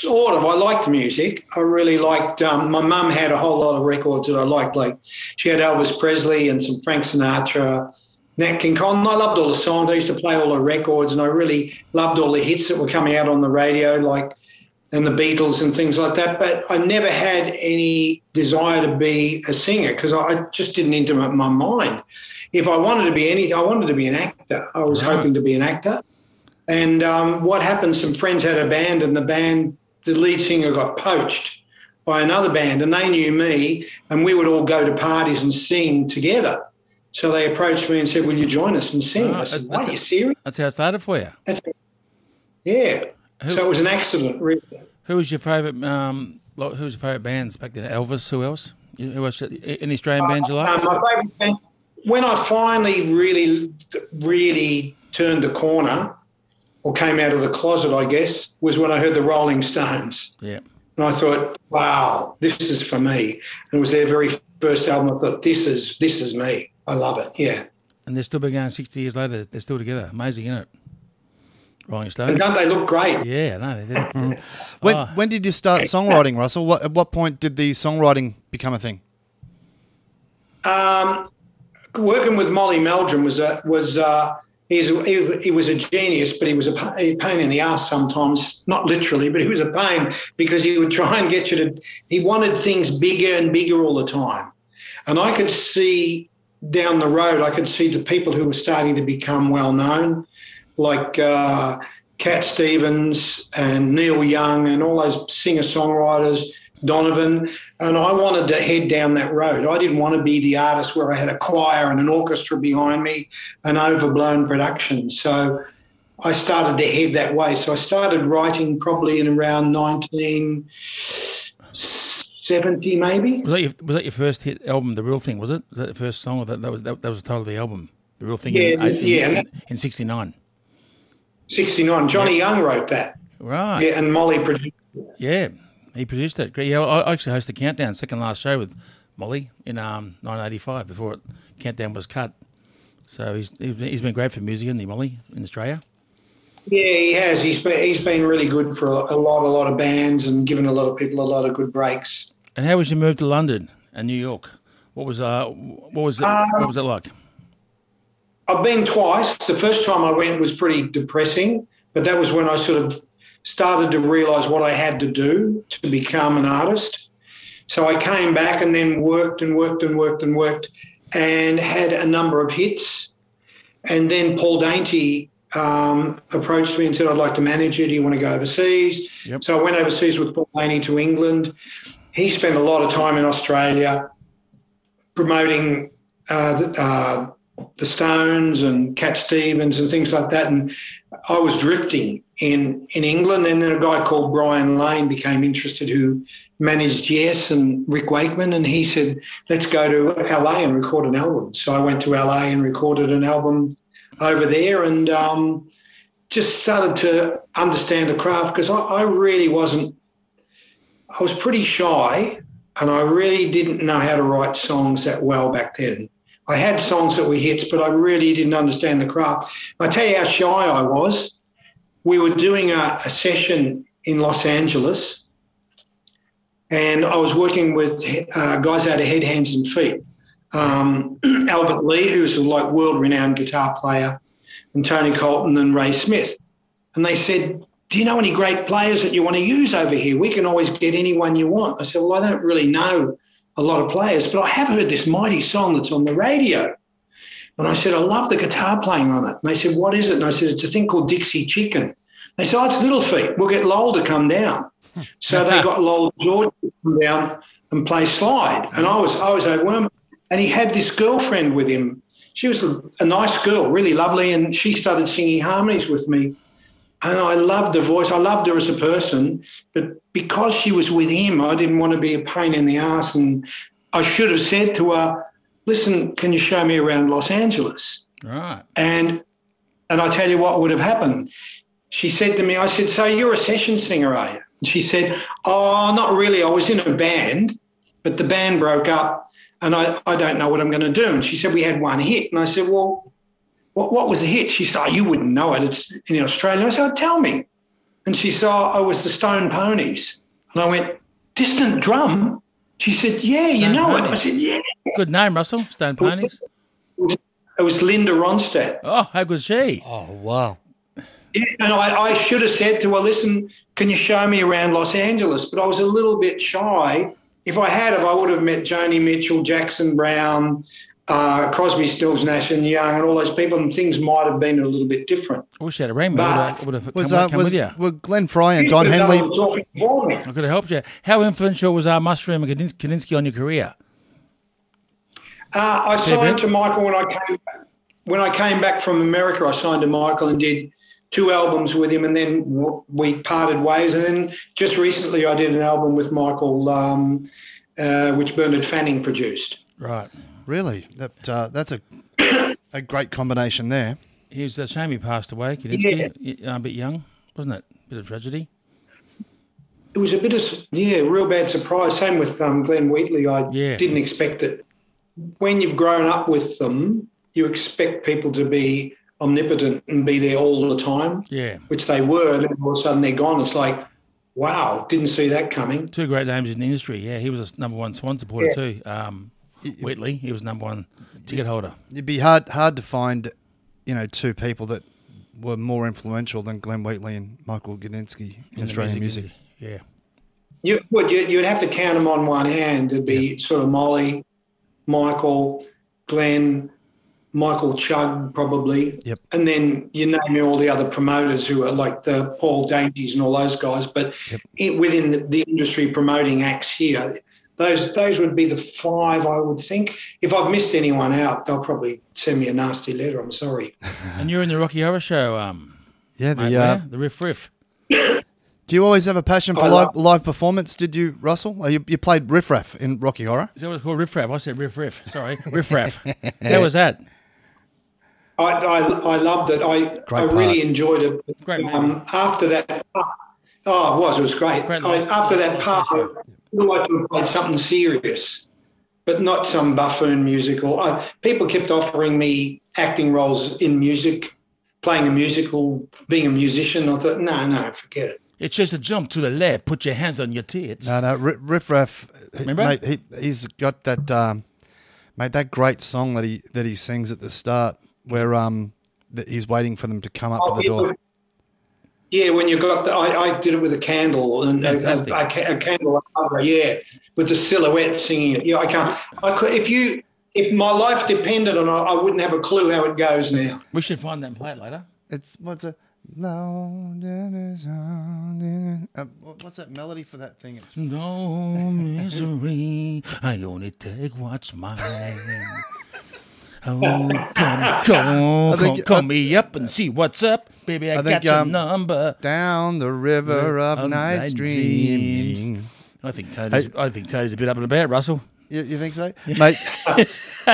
Speaker 3: sort of. I liked music. I really liked. Um, my mum had a whole lot of records that I liked. Like she had Elvis Presley and some Frank Sinatra, Nat King Cole. And I loved all the songs. I used to play all the records, and I really loved all the hits that were coming out on the radio, like and the Beatles and things like that. But I never had any desire to be a singer because I, I just didn't enter my- my mind. If I wanted to be any, I wanted to be an actor. I was hoping to be an actor. And um, what happened? Some friends had a band, and the band, the lead singer got poached by another band, and they knew me, and we would all go to parties and sing together. So they approached me and said, "Will you join us and sing?"
Speaker 2: Ah,
Speaker 3: I said,
Speaker 2: that's
Speaker 3: "What? Are you
Speaker 2: it.
Speaker 3: serious?"
Speaker 2: That's how it started for you.
Speaker 3: That's yeah.
Speaker 2: Who-
Speaker 3: So it was an accident, really.
Speaker 2: Who was your favourite? Um, lo- who was your favourite bands back then? Elvis. Who else? You- Who else? Any Australian bands you liked?
Speaker 3: Um, my favourite thing, when I finally really, really turned the corner or came out of the closet, I guess, was when I heard the Rolling Stones.
Speaker 2: yeah.
Speaker 3: And I thought, wow, this is for me. And it was their very first album. I thought, this is, this is me. I love it. Yeah.
Speaker 2: And they're still been going sixty years later. They're still together. Amazing, isn't it? Rolling
Speaker 3: And
Speaker 2: Stones.
Speaker 3: don't they look great?
Speaker 2: Yeah. No. They
Speaker 3: Mm-hmm.
Speaker 2: did.
Speaker 1: When,
Speaker 2: Ah.
Speaker 1: when did you start songwriting, Russell? What, at what point did the songwriting become a thing?
Speaker 3: Um, working with Molly Meldrum was a was uh, he's a, he, he was a genius, but he was a, pa- a pain in the ass sometimes. Not literally, but he was a pain because he would try and get you to. He wanted things bigger and bigger all the time, and I could see down the road. I could see the people who were starting to become well known, like. Uh, Cat Stevens and Neil Young and all those singer songwriters, Donovan. And I wanted to head down that road. I didn't want to be the artist where I had a choir and an orchestra behind me, an overblown production. So I started to head that way. So I started writing probably in around 1970, maybe.
Speaker 2: Was that your Was that your first hit album? The real thing was it? Was that the first song? Or that, that was that, that was the title of the album. The real thing. in,
Speaker 3: Yeah, yeah,
Speaker 2: In,
Speaker 3: and that-
Speaker 2: in '69.
Speaker 3: 69. Johnny Young wrote that.
Speaker 2: Right.
Speaker 3: Yeah, and Molly produced
Speaker 2: Yeah, he produced it. Great. Yeah, I I actually hosted Countdown, second last show with Molly in um, 1985 before it, Countdown was cut. So he's he's been- he's been great for music, isn't he, Molly, in Australia?
Speaker 3: Yeah, he has. He's been, he's been really good for a, a lot, a lot of bands and given a lot of people a lot of good breaks.
Speaker 2: And how was your move to London and New York? What was uh what was it,
Speaker 3: Um,
Speaker 2: what was it like?
Speaker 3: I've been twice. The first time I went was pretty depressing, but that was when I sort of started to realise what I had to do to become an artist. So I came back and then worked and worked and worked and worked and had a number of hits. And then Paul Dainty um, approached me and said, I'd like to manage you. Do you want to go overseas?
Speaker 2: Yep.
Speaker 3: So I went overseas with Paul Dainty to England. He spent a lot of time in Australia promoting uh, the, uh, the Stones and Cat Stevens and things like that. And I was drifting in, in England. And then a guy called Brian Lane became interested who managed Yes and Rick Wakeman. And he said, let's go to LA and record an album. So I went to LA and recorded an album over there and um, just started to understand the craft because I, I really wasn't, I was pretty shy and I really didn't know how to write songs that well back then. I had songs that were hits, but I really didn't understand the craft. I tell you how shy I was. We were doing a, a session in Los Angeles, and I was working with uh, guys out of Head, Hands, and Feet. Um, Albert Lee, who's a like world-renowned guitar player, and Tony Colton and Ray Smith, and they said, do you know any great players that you want to use over here? We can always get anyone you want. I said, well, I don't really know a lot of players, but I have heard this mighty song that's on the radio. And I said, I love the guitar playing on it. And they said, what is it? And I said, it's a thing called Dixie Chicken. They said, oh, it's Little Feet. We'll get Lowell to come down. So they got Lowell George to come down and play slide. And I was, I was overwhelmed. And he had this girlfriend with him. She was a, a nice girl, really lovely. And she started singing harmonies with me. And I loved her voice. I loved her as a person. But because she was with him, I didn't want to be a pain in the ass. And I should have said to her, listen, can you show me around Los Angeles?
Speaker 2: Right.
Speaker 3: And and I tell you what would have happened. She said to me, I said, So you're a session singer, are you? And she said, Oh, not really. I was in a band, but the band broke up and I, I don't know what I'm going to do. And she said, We had one hit. And I said, Well, what, what was the hit? She said, oh, You wouldn't know it. It's in Australia. I said, oh, Tell me. And she said, oh, I was the Stone Ponies. And I went, Distant Drum? She said, Yeah, you
Speaker 2: Stone
Speaker 3: know it. I
Speaker 2: Ponies.
Speaker 3: said, Yeah.
Speaker 2: Good name, Russell. Stone Ponies.
Speaker 3: It was Linda Ronstadt.
Speaker 2: Oh, how good she?
Speaker 1: Oh wow.
Speaker 3: Yeah, and I, I should have said to her, listen, can you show me around Los Angeles? But I was a little bit shy. If I had, if I would have met Joni Mitchell, Jackson Brown, uh, Crosby, Stills, Nash and Young, and all those people, and things might have been a little bit different.
Speaker 2: I wish you had a ring. I would have, I would have
Speaker 1: Was
Speaker 2: come,
Speaker 1: uh,
Speaker 2: come
Speaker 1: was
Speaker 2: with you.
Speaker 1: were Glenn Fry and Don
Speaker 3: Because I
Speaker 1: Henley?
Speaker 3: was talking for me.
Speaker 2: I could have helped you. How influential was our Mushroom and Kadins- Kadinsky on your career?
Speaker 3: Uh, I
Speaker 2: Okay,
Speaker 3: signed
Speaker 2: Brent.
Speaker 3: to Michael when I came when I came back from America. I signed to Michael and did two albums with him, and then w- we parted ways. And then just recently, I did an album with Michael, um, uh, which Bernard Fanning produced.
Speaker 2: Right.
Speaker 1: Really? That uh, that's a a great combination there.
Speaker 2: He was a shame he passed away. Kadinsky, yeah. uh, a bit young, wasn't it? Bit of tragedy.
Speaker 3: It was a bit of s- yeah, real bad surprise. Same with um, Glenn Wheatley. I
Speaker 2: Yeah.
Speaker 3: didn't expect it. When you've grown up with them, you expect people to be omnipotent and be there all the time.
Speaker 2: Yeah.
Speaker 3: which they were, and then all of a sudden they're gone. It's like, wow, didn't see that coming.
Speaker 2: Two great names in the industry. Yeah, he was a number one Swan supporter too. Um, Whitley, he was number one ticket holder.
Speaker 1: It'd be hard hard to find, you know, two people that were more influential than Glenn Wheatley and Michael Gudinski in,
Speaker 2: in the
Speaker 1: Australian music.
Speaker 2: industry.
Speaker 3: You would you, you'd have to count them on one hand. It'd be sort of Molly, Michael, Glenn, Michael Chug probably,
Speaker 1: Yep.
Speaker 3: and then you name all the other promoters who are like the Paul Dainties and all those guys. But
Speaker 1: Yep.
Speaker 3: it, within the, the industry promoting acts here. Those, those would be the five I would think. If I've missed anyone out, they'll probably send me a nasty letter. I'm sorry.
Speaker 2: Yeah, and you're in the Rocky Horror Show. Um,
Speaker 1: Yeah. The,
Speaker 2: mate,
Speaker 1: uh,
Speaker 2: yeah, the riff riff.
Speaker 1: do you always have a passion for
Speaker 3: Oh, I
Speaker 1: live,
Speaker 3: love-
Speaker 1: live performance? Did you, Russell? Oh, You, you played Riff Raff in Rocky Horror.
Speaker 2: Is that what it's called? Riff raff. I said riff riff. Sorry, riff raff. How was that?
Speaker 3: I, I, I loved it. I, I
Speaker 1: part.
Speaker 3: really enjoyed it.
Speaker 2: Great movie.
Speaker 3: um, after that, part- oh, it was it was great.
Speaker 2: Great
Speaker 3: I,
Speaker 2: last-
Speaker 3: after that
Speaker 2: last
Speaker 3: part, I
Speaker 2: session.
Speaker 3: feel like we played something serious, but not some buffoon musical. I, people kept offering me acting roles in music, playing a musical, being a musician. I thought, no, no, forget it.
Speaker 2: It's just a jump to the left. Put your hands on your tits.
Speaker 1: No, no, uh, Ri- Riff Raff. he-
Speaker 2: Remember?
Speaker 1: Mate, he, he's got that, um, mate, that great song that he that he sings at the start where um that he's waiting for them to come up to the
Speaker 3: it
Speaker 1: door.
Speaker 3: was- Yeah, when you got the, I, I did it with a candle and a,
Speaker 2: Fantastic.
Speaker 3: a, ca- a candle, cover, yeah, with the silhouette singing it. Yeah, I can't. I could, if you, if my life depended on, it, I wouldn't have a clue how it goes now.
Speaker 2: We should find that and play it later.
Speaker 1: It's what's a no. Um, what- what's that melody for that thing? It's
Speaker 2: No misery, I only take what's mine. Oh, come, come, come,
Speaker 1: think- uh,
Speaker 2: call me up and see what's up, baby.
Speaker 1: I
Speaker 2: I, got
Speaker 1: think,
Speaker 2: your
Speaker 1: um,
Speaker 2: number.
Speaker 1: down the river of night's dreams.
Speaker 2: dreams. I think Tony's. I think Tony's a bit up and about, Russell.
Speaker 1: You, you think so, mate?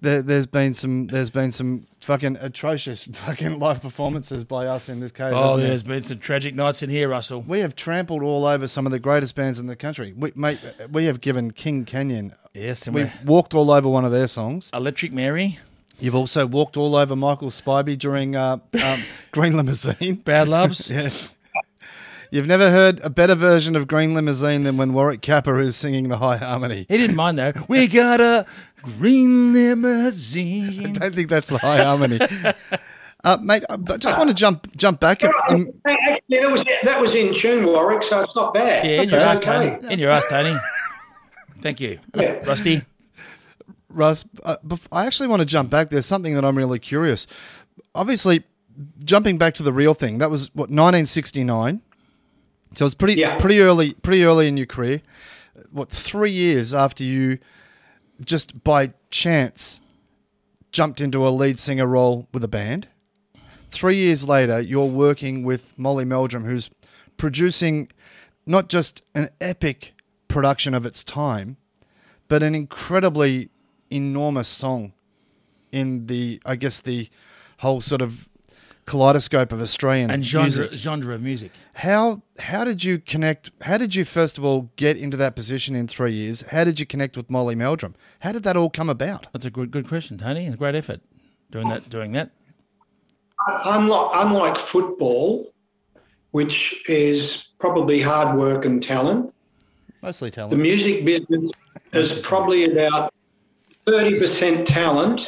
Speaker 1: there, there's been some. There's been some fucking atrocious fucking live performances by us in this cave.
Speaker 2: Oh,
Speaker 1: hasn't there?
Speaker 2: there's been some tragic nights in here, Russell.
Speaker 1: We have trampled all over some of the greatest bands in the country. We, mate, we have given King Canyon.
Speaker 2: Yes, and
Speaker 1: We
Speaker 2: we
Speaker 1: have walked all over one of their songs.
Speaker 2: Electric Mary,
Speaker 1: You've also walked all over Michael Spivey during uh, um, Green Limousine.
Speaker 2: Bad Loves.
Speaker 1: You've never heard a better version of Green Limousine than when Warwick Capper is singing the high harmony.
Speaker 2: He didn't mind that. We got a green limousine.
Speaker 1: I don't think that's the high harmony. Uh, mate, I but just want to jump jump back. Um,
Speaker 3: Hey, actually, that was that was in tune, Warwick, so it's not bad.
Speaker 2: Yeah, in
Speaker 3: It's
Speaker 2: your ass,
Speaker 3: okay.
Speaker 2: Tony. In your ass, Tony. Thank you,
Speaker 3: Yeah.
Speaker 2: Rusty.
Speaker 1: Russ, uh, bef- I actually want to jump back. There's something that I'm really curious. Obviously, jumping back to the real thing, that was what 1969. So it was pretty
Speaker 3: Yeah.
Speaker 1: pretty early pretty early in your career. What three years after you just by chance jumped into a lead singer role with a band? Three years later, you're working with Molly Meldrum, who's producing not just an epic production of its time, but an incredibly enormous song in the, I guess, the whole sort of kaleidoscope of Australian
Speaker 2: And genre
Speaker 1: music.
Speaker 2: genre of music.
Speaker 1: How how did you connect? How did you first of all get into that position in three years? How did you connect with Molly Meldrum? How did that all come about?
Speaker 2: That's a good good question, Tony. and A great effort doing that. Doing that.
Speaker 3: unlike, unlike football, which is probably hard work and talent,
Speaker 1: Mostly
Speaker 3: the
Speaker 1: talent.
Speaker 3: music business is probably about 30% talent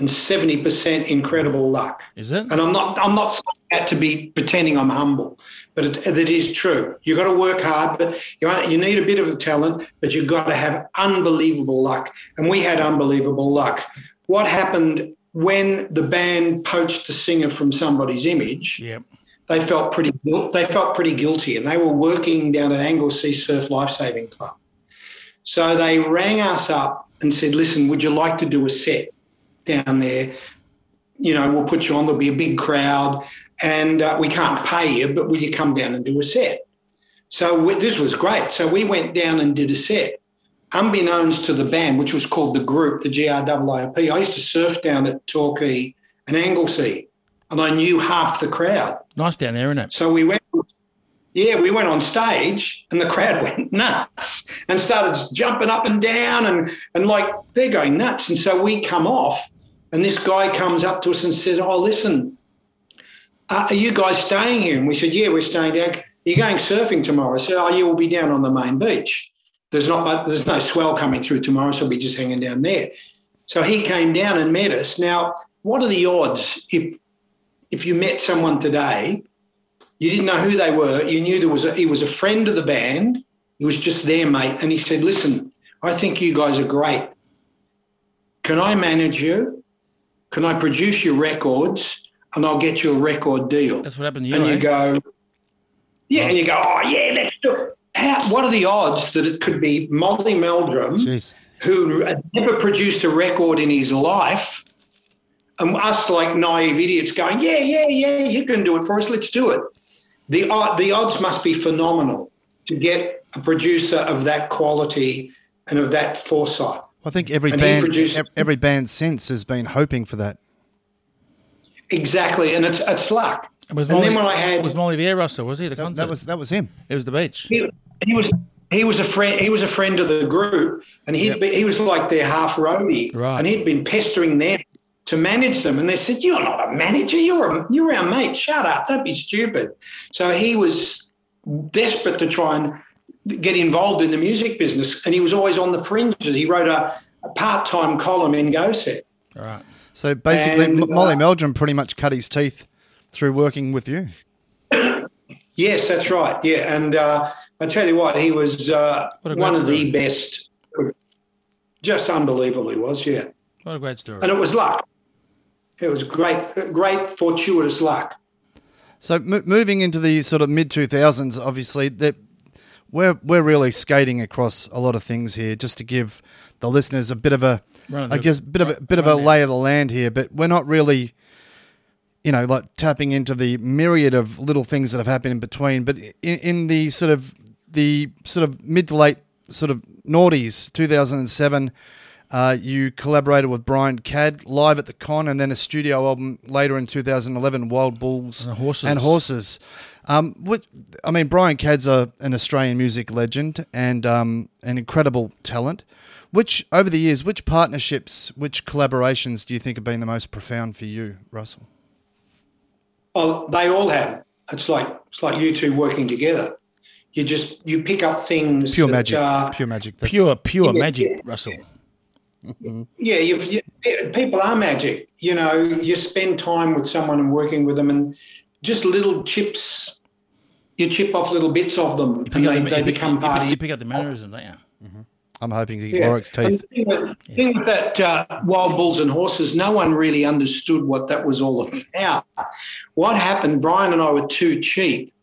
Speaker 3: and 70% incredible luck.
Speaker 2: Is it?
Speaker 3: And I'm not, I'm not saying that to be pretending I'm humble, but it, it is true. You've got to work hard, but you, you need a bit of talent, but you've got to have unbelievable luck. And we had unbelievable luck. What happened when the band poached the singer from somebody's image?
Speaker 2: Yep.
Speaker 3: they felt pretty guil- they felt pretty guilty, and they were working down at Anglesey Surf Life Saving Club. So they rang us up and said, "Listen, would you like to do a set down there? You know, we'll put you on. There'll be a big crowd, and uh, we can't pay you, but will you come down and do a set?" So we, this was great. So we went down and did a set. Unbeknownst to the band, which was called The Group, the GRAAP, I used to surf down at Torquay and Anglesey, and I knew half the crowd.
Speaker 2: Nice down there, isn't it?
Speaker 3: So we went, yeah, we went on stage and the crowd went nuts and started jumping up and down and, and like they're going nuts. And so we come off and this guy comes up to us and says, Oh, listen, uh, are you guys staying here? And we said, Yeah, we're staying down. Are you going surfing tomorrow? So, oh, you will be down on the main beach. There's not much, there's no swell coming through tomorrow, so we'll be just hanging down there. So he came down and met us. Now, what are the odds if if you met someone today you didn't know who they were. You knew there was a, he was a friend of the band. He was just there, mate. And he said, "Listen, I think you guys are great. Can I manage you? Can I produce your records? And I'll get you a record deal."
Speaker 2: That's what happened to you.
Speaker 3: and
Speaker 2: eh?
Speaker 3: you go, yeah, and you go, "Oh yeah, let's do it." How, what are the odds that it could be Molly Meldrum?
Speaker 1: Jeez.
Speaker 3: who had never produced a record in his life, and us like naive idiots going, yeah, yeah, yeah, you can do it for us, let's do it. The, od- the odds must be phenomenal to get a producer of that quality and of that foresight.
Speaker 1: I think every
Speaker 3: And he
Speaker 1: band
Speaker 3: produced-
Speaker 1: ev- every band since has been hoping for that.
Speaker 3: Exactly, and it's, it's luck.
Speaker 2: It was
Speaker 3: and
Speaker 2: Molly,
Speaker 3: then when I had
Speaker 2: was Molly there, Russell? Was he the concert?
Speaker 1: That was that was him.
Speaker 2: it was the beach.
Speaker 3: he, he was he was a friend he was a friend of the group and he
Speaker 2: Yep.
Speaker 3: be he was like their half roadie
Speaker 2: Right.
Speaker 3: and he'd been pestering them to manage them and they said you're not a manager you're a, you're our mate shut up don't be stupid so he was desperate to try and get involved in the music business and he was always on the fringes he wrote a, a part-time column in go set
Speaker 2: All right.
Speaker 1: So basically,
Speaker 3: And,
Speaker 1: M- Molly
Speaker 3: uh,
Speaker 1: Meldrum pretty much cut his teeth through working with you.
Speaker 3: Yes, that's right. Yeah, and uh, I tell you what, he was uh,
Speaker 2: What a great
Speaker 3: one of
Speaker 2: story.
Speaker 3: the best. Just unbelievable, he was. Yeah,
Speaker 2: What a great story.
Speaker 3: and it was luck. It was great, great fortuitous luck.
Speaker 1: So mo- moving into the sort of mid two thousands, obviously that we're we're really skating across a lot of things here, just to give the listeners a bit of a, I
Speaker 2: Run of the-
Speaker 1: guess, bit of a bit of a lay of the land here. But we're not really, you know, like tapping into the myriad of little things that have happened in between. But in, in the sort of the sort of mid to late sort of noughties, two thousand and seven. Uh, you collaborated with Brian Cadd live at the con, and then a studio album later in 2011, Wild Bulls
Speaker 2: And Horses.
Speaker 1: and horses. Um, what I mean, Brian Cad's a, an Australian music legend and um, an incredible talent. Which over the years, which partnerships, which collaborations do you think have been the most profound for you, Russell?
Speaker 3: Oh, they all have. It's like it's like you two working together. You just you pick up things.
Speaker 1: Pure
Speaker 3: that,
Speaker 1: magic,
Speaker 3: uh,
Speaker 1: pure magic. That's-
Speaker 2: pure, pure
Speaker 3: Yeah.
Speaker 2: magic, Russell.
Speaker 3: yeah, you've, you, people are magic. You know, you spend time with someone and working with them, and just little chips, you chip off little bits of them, and
Speaker 2: Pick up
Speaker 3: they,
Speaker 2: the-
Speaker 3: they
Speaker 2: you pick-
Speaker 3: become
Speaker 2: you pick-
Speaker 3: part of
Speaker 2: You pick up the mannerism, don't you?
Speaker 1: I'm hoping to get
Speaker 3: Yeah.
Speaker 1: Warwick's
Speaker 3: And
Speaker 1: teeth.
Speaker 3: the thing with, thing with that uh, wild bulls and horses, no one really understood what that was all about. What happened? Brian and I were too cheap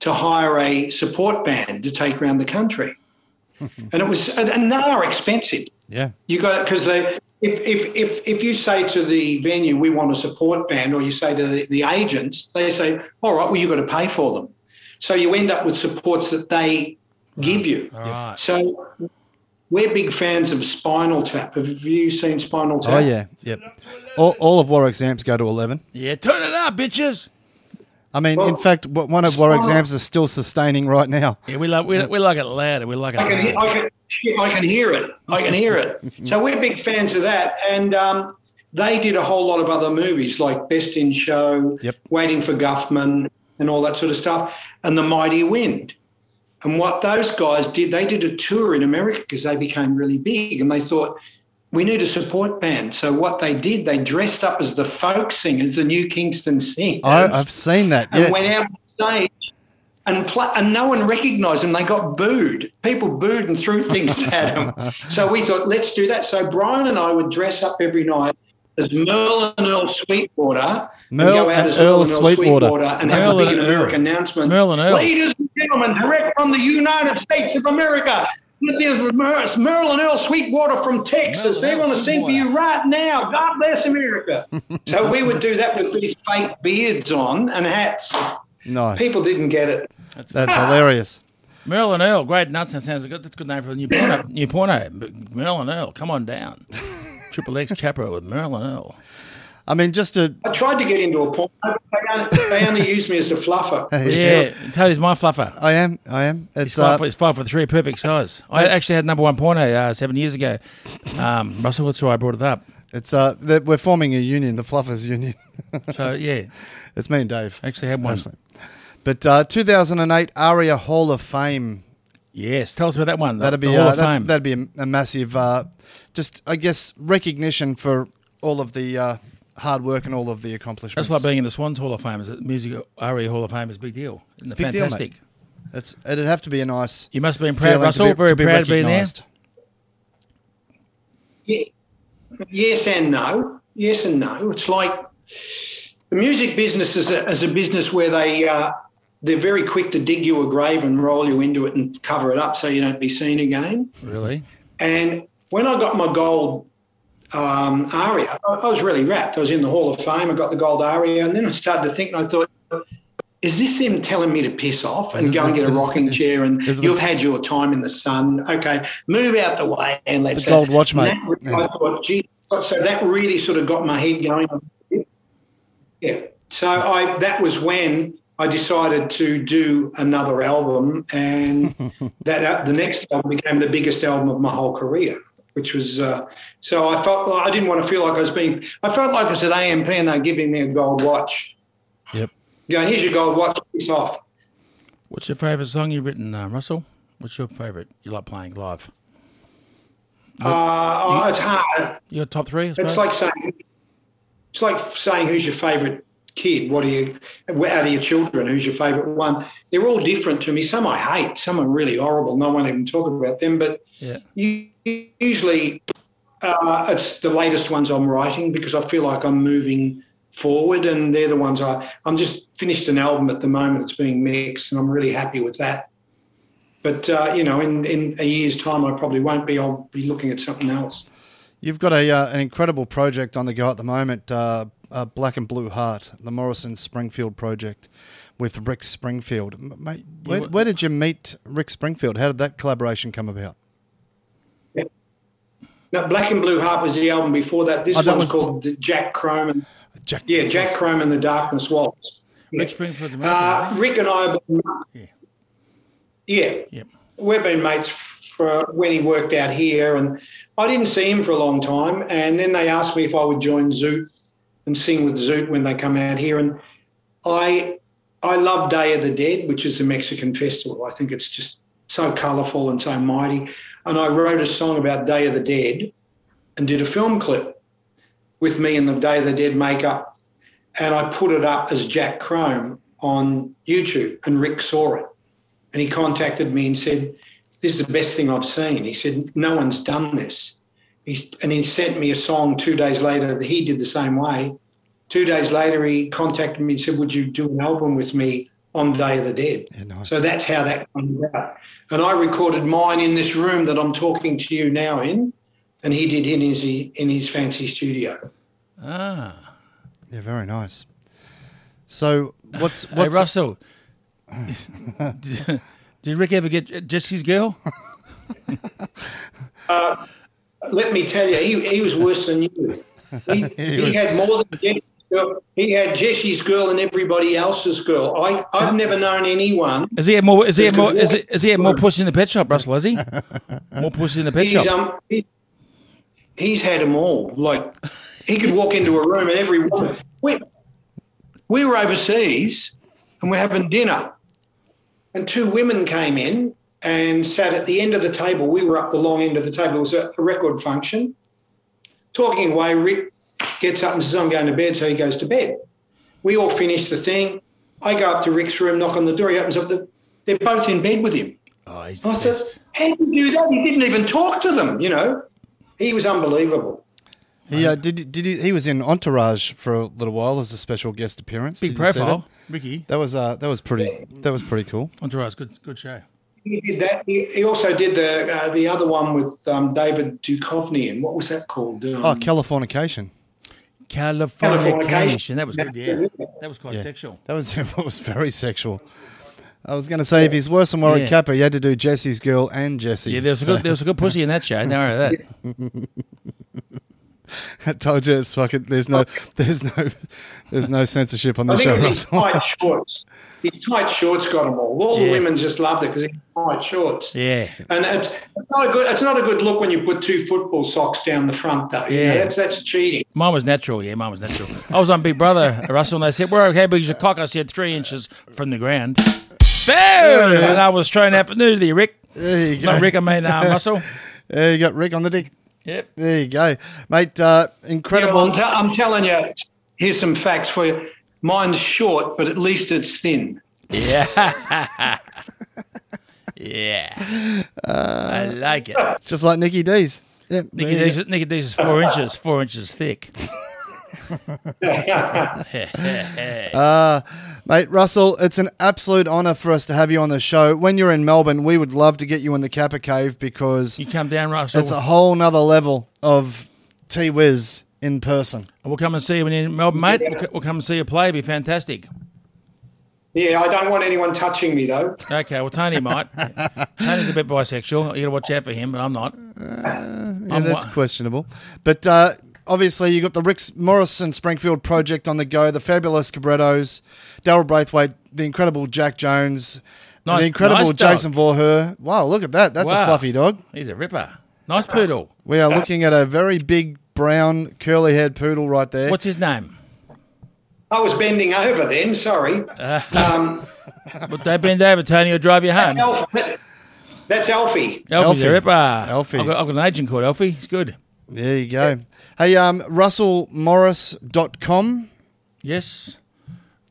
Speaker 3: to hire a support band to take around the country, and it was and, and they are expensive.
Speaker 1: Yeah.
Speaker 3: You got because they. If, if, if, if you say to the venue, we want a support band, or you say to the, the agents, they say, all right, well, you've got to pay for them. So you end up with supports that they give you.
Speaker 2: All right.
Speaker 3: So we're big fans of Spinal Tap. Have you seen Spinal Tap?
Speaker 1: Oh yeah. Yep. All, all of Warwick's amps go to eleven.
Speaker 2: Yeah, turn it up, bitches.
Speaker 1: I mean, in
Speaker 3: Well- oh.
Speaker 1: fact, w- one of Warwick's amps is still sustaining right now.
Speaker 2: Yeah, we like we, we like it loud. We like it.
Speaker 3: I can, he-
Speaker 2: loud.
Speaker 3: I, can, shit, I can hear it. I can hear it. so we're big fans of that. And um, they did a whole lot of other movies like Best in Show,
Speaker 1: Yep.
Speaker 3: Waiting for Guffman, and all that sort of stuff, and The Mighty Wind. And what those guys did, they did a tour in America because they became really big and they thought, we need a support band. So what they did, they dressed up as the folk singers, the New Kingston Sing.
Speaker 1: I, I've seen that.
Speaker 3: and
Speaker 1: Yeah.
Speaker 3: went out on stage and pla and no one recognised them. They got booed. People booed and threw things at them. So we thought, let's do that. So Brian and I would dress up every night as Merle and Earl Sweetwater. and
Speaker 1: Merle
Speaker 3: go out
Speaker 1: and
Speaker 3: as
Speaker 1: Earl Sweetwater.
Speaker 3: and have
Speaker 2: Merle
Speaker 3: a big
Speaker 2: and
Speaker 3: American
Speaker 2: Earl.
Speaker 3: announcement.
Speaker 2: Merle and Earl.
Speaker 3: Ladies and gentlemen, direct from the United States of America. There's Mer- Merle and Earl Sweetwater from Texas.
Speaker 2: Merle and
Speaker 3: They
Speaker 2: Earl
Speaker 3: want to sing for you
Speaker 2: Sweetwater.
Speaker 3: right now. God bless America. so we would do that with big fake beards on and hats.
Speaker 1: Nice.
Speaker 3: People Ah. didn't get it.
Speaker 1: That's hilarious.
Speaker 2: Merle and Earl, great nuts and sounds good. That's a good name for a new porno. new porno. But Merle and Earl, come on down. Triple X Capra with Merle and Earl.
Speaker 1: I mean, just to
Speaker 3: I tried to get into a porn. but They only, they only used me as a fluffer.
Speaker 2: Yeah, Tony's my fluffer.
Speaker 1: I am. I am.
Speaker 2: It's
Speaker 1: It's
Speaker 2: five,
Speaker 1: uh,
Speaker 2: for, it's five for three, perfect size. I actually had number one porno uh, seven years ago. Um, Russell, that's why I brought it up.
Speaker 1: it's uh, that we're forming a union, the Fluffers Union.
Speaker 2: So yeah,
Speaker 1: it's me and Dave.
Speaker 2: actually had one.
Speaker 1: Absolutely. But uh, 2008 ARIA Hall of Fame.
Speaker 2: Yes, tell us about that one.
Speaker 1: That'd be
Speaker 2: the, the Hall
Speaker 1: uh,
Speaker 2: of
Speaker 1: that's,
Speaker 2: Fame.
Speaker 1: that'd be a, a massive, uh, just I guess recognition for all of the uh, hard work and all of the accomplishments.
Speaker 2: That's like being in the Swans Hall of Fame. Is it music RE Hall of Fame is a big deal. It's
Speaker 1: big deal, mate.
Speaker 2: fantastic.
Speaker 1: it's it'd have to be a nice.
Speaker 2: You must have been proud,
Speaker 1: feeling to
Speaker 2: Russell.
Speaker 1: be-
Speaker 2: Very
Speaker 1: to be
Speaker 2: proud of being there.
Speaker 1: recognised.
Speaker 3: Ye- Yes and no. Yes and no. It's like the music business is a, is a business where they uh, they're very quick to dig you a grave and roll you into it and cover it up so you don't be seen again.
Speaker 2: Really?
Speaker 3: And when I got my gold um, aria, I, I was really wrapped. I was in the Hall of Fame. I got the gold aria, and then I started to think, and I thought, is this them telling me to piss off and go and get a
Speaker 1: Is it-
Speaker 3: rocking chair? And
Speaker 1: is it-
Speaker 3: you've had your time in the sun. Okay, move out the way and let's
Speaker 1: the gold watch,
Speaker 3: And
Speaker 1: mate.
Speaker 3: that really-
Speaker 1: Yeah.
Speaker 3: I thought, gee, so that really sort of got my head going. Yeah. So I that was when I decided to do another album, and that uh, the next album became the biggest album of my whole career. Which was uh, so I felt I didn't want to feel like I was being I felt like I was at AMP and they're giving me a gold watch.
Speaker 1: Yep.
Speaker 3: You know, here's your gold watch, piss off.
Speaker 2: What's your favourite song you've written, uh, Russell? What's your favourite you like playing live?
Speaker 3: Uh, oh, it's hard.
Speaker 2: Your top three, I suppose?
Speaker 3: It's like saying it's like saying who's your favourite kid? What are you out of your children? Who's your favourite one? They're all different to me. Some I hate. Some are really horrible. No one even talk about them. But
Speaker 2: yeah.
Speaker 3: u- usually uh, it's the latest ones I'm writing because I feel like I'm moving forward, and they're the ones I I'm just finished an album at the moment. It's being mixed, and I'm really happy with that. But uh, you know, in, in a year's time, I probably won't be. I'll be looking at something else.
Speaker 1: You've got a uh, an incredible project on the go at the moment, uh, uh, Black and Blue Heart, the Morrison Springfield project with Rick Springfield. M- Mate, where,
Speaker 2: what-
Speaker 1: where did you meet Rick Springfield? How did that collaboration come about?
Speaker 3: No, Black and Blue Heart was the album before that. This
Speaker 1: Oh, that
Speaker 3: one's
Speaker 1: was-
Speaker 3: called Jack Chrome. And,
Speaker 1: Jack.
Speaker 3: yeah, Jack Chrome and the Darkness Waltz. Yeah.
Speaker 2: Rick Springfield's American.
Speaker 3: Uh,
Speaker 2: right?
Speaker 3: Rick and I, have been-
Speaker 2: Yeah.
Speaker 3: yeah,
Speaker 2: Yep.
Speaker 3: we've been mates for when he worked out here, and I didn't see him for a long time. And then they asked me if I would join Zoot and sing with Zoot when they come out here, and I I love Day of the Dead, which is the Mexican festival. I think it's just so colourful and so mighty. And I wrote a song about Day of the Dead and did a film clip with me in the Day of the Dead makeup. And I put it up as Jack Chrome on YouTube, and Rick saw it. And he contacted me and said, This is the best thing I've seen. He said, No one's done this. He, and he sent me a song two days later that he did the same way. Two days later, he contacted me and said, Would you do an album with me on Day of the Dead?
Speaker 1: Yeah, nice.
Speaker 3: So that's how that comes out. And I recorded mine in this room that I'm talking to you now in, and he did in his in his fancy studio.
Speaker 2: Ah.
Speaker 1: Yeah, very nice. So what's
Speaker 2: Hey,
Speaker 1: what's
Speaker 2: Russell. did, did Rick ever get Jesse's girl?
Speaker 3: Let me tell you, he, he was worse than you. He, he
Speaker 1: was-
Speaker 3: had more than Jesse's girl. He had Jesse's girl and everybody else's girl. I, I've never known anyone.
Speaker 2: Is he had more? Is he had
Speaker 3: Good
Speaker 2: more? Is he,
Speaker 3: Lord.
Speaker 2: is he had more pussy in the pet shop, Russell? Is he more pussy in the pet
Speaker 3: He's,
Speaker 2: shop?
Speaker 3: um, he, he's had them all. Like, he could walk into a room and every woman. We, we were overseas and we're having dinner. And two women came in and sat at the end of the table. We were up the long end of the table. It was a, a record function. Talking away, Rick gets up and says, I'm going to bed. So he goes to bed. We all finish the thing. I go up to Rick's room, knock on the door. He opens up the. They're both in bed with him.
Speaker 2: Oh, he's the
Speaker 3: I said,
Speaker 2: best.
Speaker 3: how did you do that? He didn't even talk to them, you know. He was unbelievable.
Speaker 1: he uh, did did he, he was in Entourage for a little while as a special guest appearance.
Speaker 2: Big
Speaker 1: Did you see
Speaker 2: profile,
Speaker 1: That?
Speaker 2: Ricky.
Speaker 1: That was uh, that was pretty that was pretty cool.
Speaker 2: Entourage, good, good show.
Speaker 3: He did that. He, he also did the uh, the other one with um, David Duchovny and what was that called? Um,
Speaker 2: Hmm.
Speaker 1: Oh, Californication.
Speaker 2: Californication. That was good. Yeah, that was quite sexual.
Speaker 1: That was it was very sexual. I was going to say if he's worse than Warwick
Speaker 2: Yeah.
Speaker 1: Capper, you had to do Jesse's girl and Jesse.
Speaker 2: Yeah, there was a good, there was a good pussy in that show. Now that.
Speaker 1: I told you it's fucking. There's no, there's no, there's no censorship on
Speaker 3: I
Speaker 1: this
Speaker 3: think
Speaker 1: show,
Speaker 3: it was his
Speaker 1: Oh, Russell.
Speaker 3: tight shorts. His tight shorts got them all. All
Speaker 2: Yeah.
Speaker 3: the women just loved it because he had tight shorts.
Speaker 2: Yeah.
Speaker 3: And it's, it's not a good it's not a good look when you put two football socks down the front though. You know,
Speaker 2: Yeah.
Speaker 3: that's that's cheating.
Speaker 2: Mine was natural. Yeah, mine was natural. I was on Big Brother, Russell, and they said, "Well, how big is your cock?" I said, three inches from the ground." Boom!
Speaker 1: it is.
Speaker 2: And I was thrown out for nudity, Rick.
Speaker 1: There you go.
Speaker 2: Not Rick, I mean uh, Russell.
Speaker 1: There you got Rick on the dick.
Speaker 2: Yep.
Speaker 1: There you go, mate. Uh,
Speaker 3: Yeah,
Speaker 1: incredible.
Speaker 3: I'm, te- I'm telling you, here's some facts for you. Mine's short, but at least it's thin.
Speaker 2: Yeah. yeah. I like it.
Speaker 1: Just like Nikki D's. Uh, Yeah, there
Speaker 2: Nicky
Speaker 1: you
Speaker 2: D's,
Speaker 1: go.
Speaker 2: Nicky D's is four inches, four inches thick.
Speaker 1: mate. Russell, it's an absolute honour for us to have you on the show. When you're in Melbourne, we would love to get you in the Kappa Cave because
Speaker 2: You come down, Russell.
Speaker 1: it's a whole nother level of T Wiz in person.
Speaker 2: we'll come and see you when you're in Melbourne, mate. We'll, co- we'll come and see you play. It'd be fantastic.
Speaker 3: Yeah, I don't want anyone touching me though.
Speaker 2: Okay, well, Tony might. Tony's a bit bisexual. You got to watch out for him, but I'm not.
Speaker 1: Uh, Yeah, that's
Speaker 2: wa-
Speaker 1: questionable. But uh, obviously, you got the Rick Morrison Springfield project on the go, the fabulous Cabrettos, Daryl Braithwaite, the incredible Jack Jones,
Speaker 2: Nice-
Speaker 1: the incredible
Speaker 2: nice dog.
Speaker 1: Jason Voorher. Wow, look at that. That's a
Speaker 2: Wow.
Speaker 1: fluffy dog.
Speaker 2: He's a ripper. Nice poodle.
Speaker 1: We are looking at a very big brown curly haired poodle right there.
Speaker 2: What's his name?
Speaker 3: I was bending over then. Sorry.
Speaker 2: Uh.
Speaker 3: Um,
Speaker 2: Would they bend over, Tony, or drive you home?
Speaker 3: Alf- that's Alfie.
Speaker 2: Elfie's
Speaker 1: Alfie.
Speaker 2: a ripper.
Speaker 1: Alfie.
Speaker 2: I've got, I've got an agent called Elfie. He's good.
Speaker 1: there you go. Hey, um, russellmorris.com.
Speaker 2: Yes.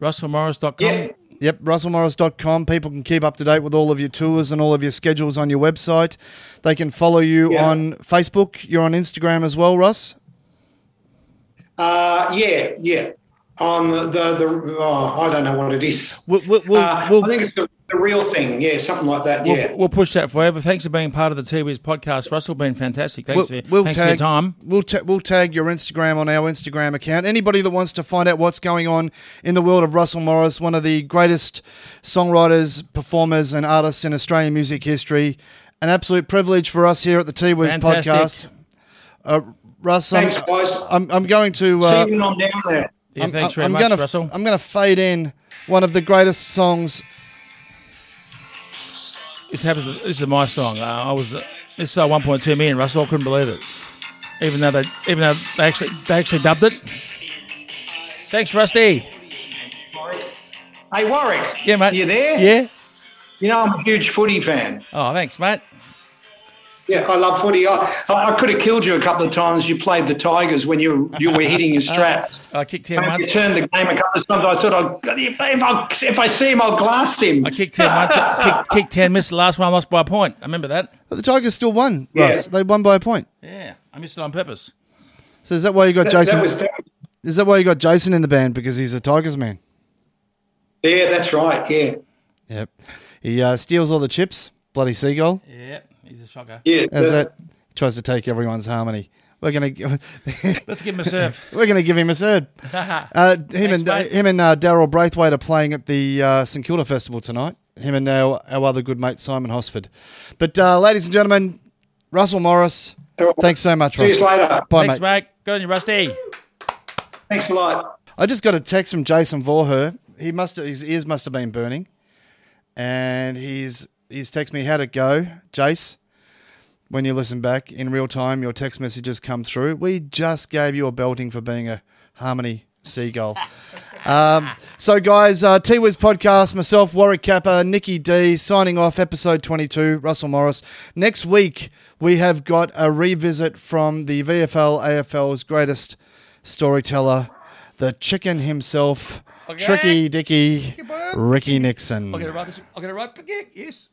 Speaker 2: RussellMorris.com.
Speaker 3: Yeah.
Speaker 1: Yep, russellmorris.com. People can keep up to date with all of your tours and all of your schedules on your website. They can follow you
Speaker 3: Yeah.
Speaker 1: on Facebook. You're on Instagram as well, Russ.
Speaker 3: Uh, yeah, yeah. On the, the, oh, I don't know what it is.
Speaker 1: We'll, we'll, we'll,
Speaker 3: Uh,
Speaker 1: we'll-
Speaker 3: I think it's the, the real thing. Yeah, something like that.
Speaker 2: We'll,
Speaker 3: yeah.
Speaker 2: we'll push that forever. Thanks for being part of the TV's podcast, Russell. Been fantastic. Thanks,
Speaker 1: we'll-
Speaker 2: for,
Speaker 1: we'll
Speaker 2: thanks for your
Speaker 1: tag,
Speaker 2: time.
Speaker 1: We'll, ta- we'll tag your Instagram on our Instagram account. Anybody that wants to find out what's going on in the world of Russell Morris, one of the greatest songwriters, performers, and artists in Australian music history, an absolute privilege for us here at the T Wiz podcast.
Speaker 2: Fantastic.
Speaker 1: Uh, Russ, I'm,
Speaker 3: Thanks, guys.
Speaker 1: I'm, I'm going to. Uh,
Speaker 3: Even on down there.
Speaker 2: Yeah,
Speaker 1: I'm-
Speaker 2: thanks
Speaker 1: I'm- I'm
Speaker 2: very much,
Speaker 1: gonna, f-
Speaker 2: Russell.
Speaker 1: I'm going to fade in one of the greatest songs.
Speaker 2: this happens. This is my song. Uh, I was uh, this is uh, 1.2 million. Russell I couldn't believe it, even though they even though they actually they actually dubbed it. Thanks, Rusty.
Speaker 3: Hey, Warwick.
Speaker 2: Yeah, mate.
Speaker 3: You there?
Speaker 2: Yeah.
Speaker 3: You know, I'm a huge footy fan.
Speaker 2: Oh, thanks, mate.
Speaker 3: Yeah, I love footy. I, I could have killed you a couple of times. You played the Tigers when you you were hitting
Speaker 2: Uh,
Speaker 3: your straps.
Speaker 2: I kicked him
Speaker 3: And
Speaker 2: once.
Speaker 3: You turned the game a couple of times. I thought, I'd, if, I, if I see him, I'll glass him.
Speaker 2: I kicked ten once. kicked, kicked ten. Missed the last one. Lost by a point. I remember that.
Speaker 1: But the Tigers still won,
Speaker 3: Yeah.
Speaker 1: Russ. They won by a point.
Speaker 2: Yeah, I missed it on purpose.
Speaker 1: So is that why you got
Speaker 3: That-
Speaker 1: Jason?
Speaker 3: That was terrible.
Speaker 1: is that why you got Jason in the band because he's a Tigers man?
Speaker 3: yeah, that's right. Yeah.
Speaker 1: Yep. He uh, steals all the chips. Bloody seagull.
Speaker 2: Yeah, he's a shocker.
Speaker 3: Yeah.
Speaker 1: As
Speaker 3: that-
Speaker 1: that tries to take everyone's harmony. We're gonna
Speaker 2: Let's give him a serve.
Speaker 1: we're gonna give him a third. Uh, him, and,
Speaker 2: mate.
Speaker 1: him and uh, Daryl Braithwaite are playing at the uh, St Kilda Festival tonight. Him and our, our other good mate Simon Hosford. But uh, ladies and gentlemen, Russell Morris.
Speaker 3: All right.
Speaker 1: Thanks so much,
Speaker 3: See you
Speaker 1: Russell.
Speaker 3: later.
Speaker 1: Bye,
Speaker 2: Thanks,
Speaker 1: mate.
Speaker 2: mate. Good on you, Rusty.
Speaker 3: Thanks a lot.
Speaker 1: I just got a text from Jason Vorher. He must his ears must have been burning, and he's he's texted me how'd it go, Jace. When you listen back in real time, your text messages come through. We just gave you a belting for being a harmony seagull. um, so, guys, uh, T Wiz podcast, myself, Warwick Kappa, Nikki D, signing off episode 22, Russell Morris. Next week, we have got a revisit from the VFL AFL's greatest storyteller, the chicken himself,
Speaker 2: Okay.
Speaker 1: Tricky Dicky, Ricky Nixon.
Speaker 2: I'll get it right. this- I'll get it right. Yes.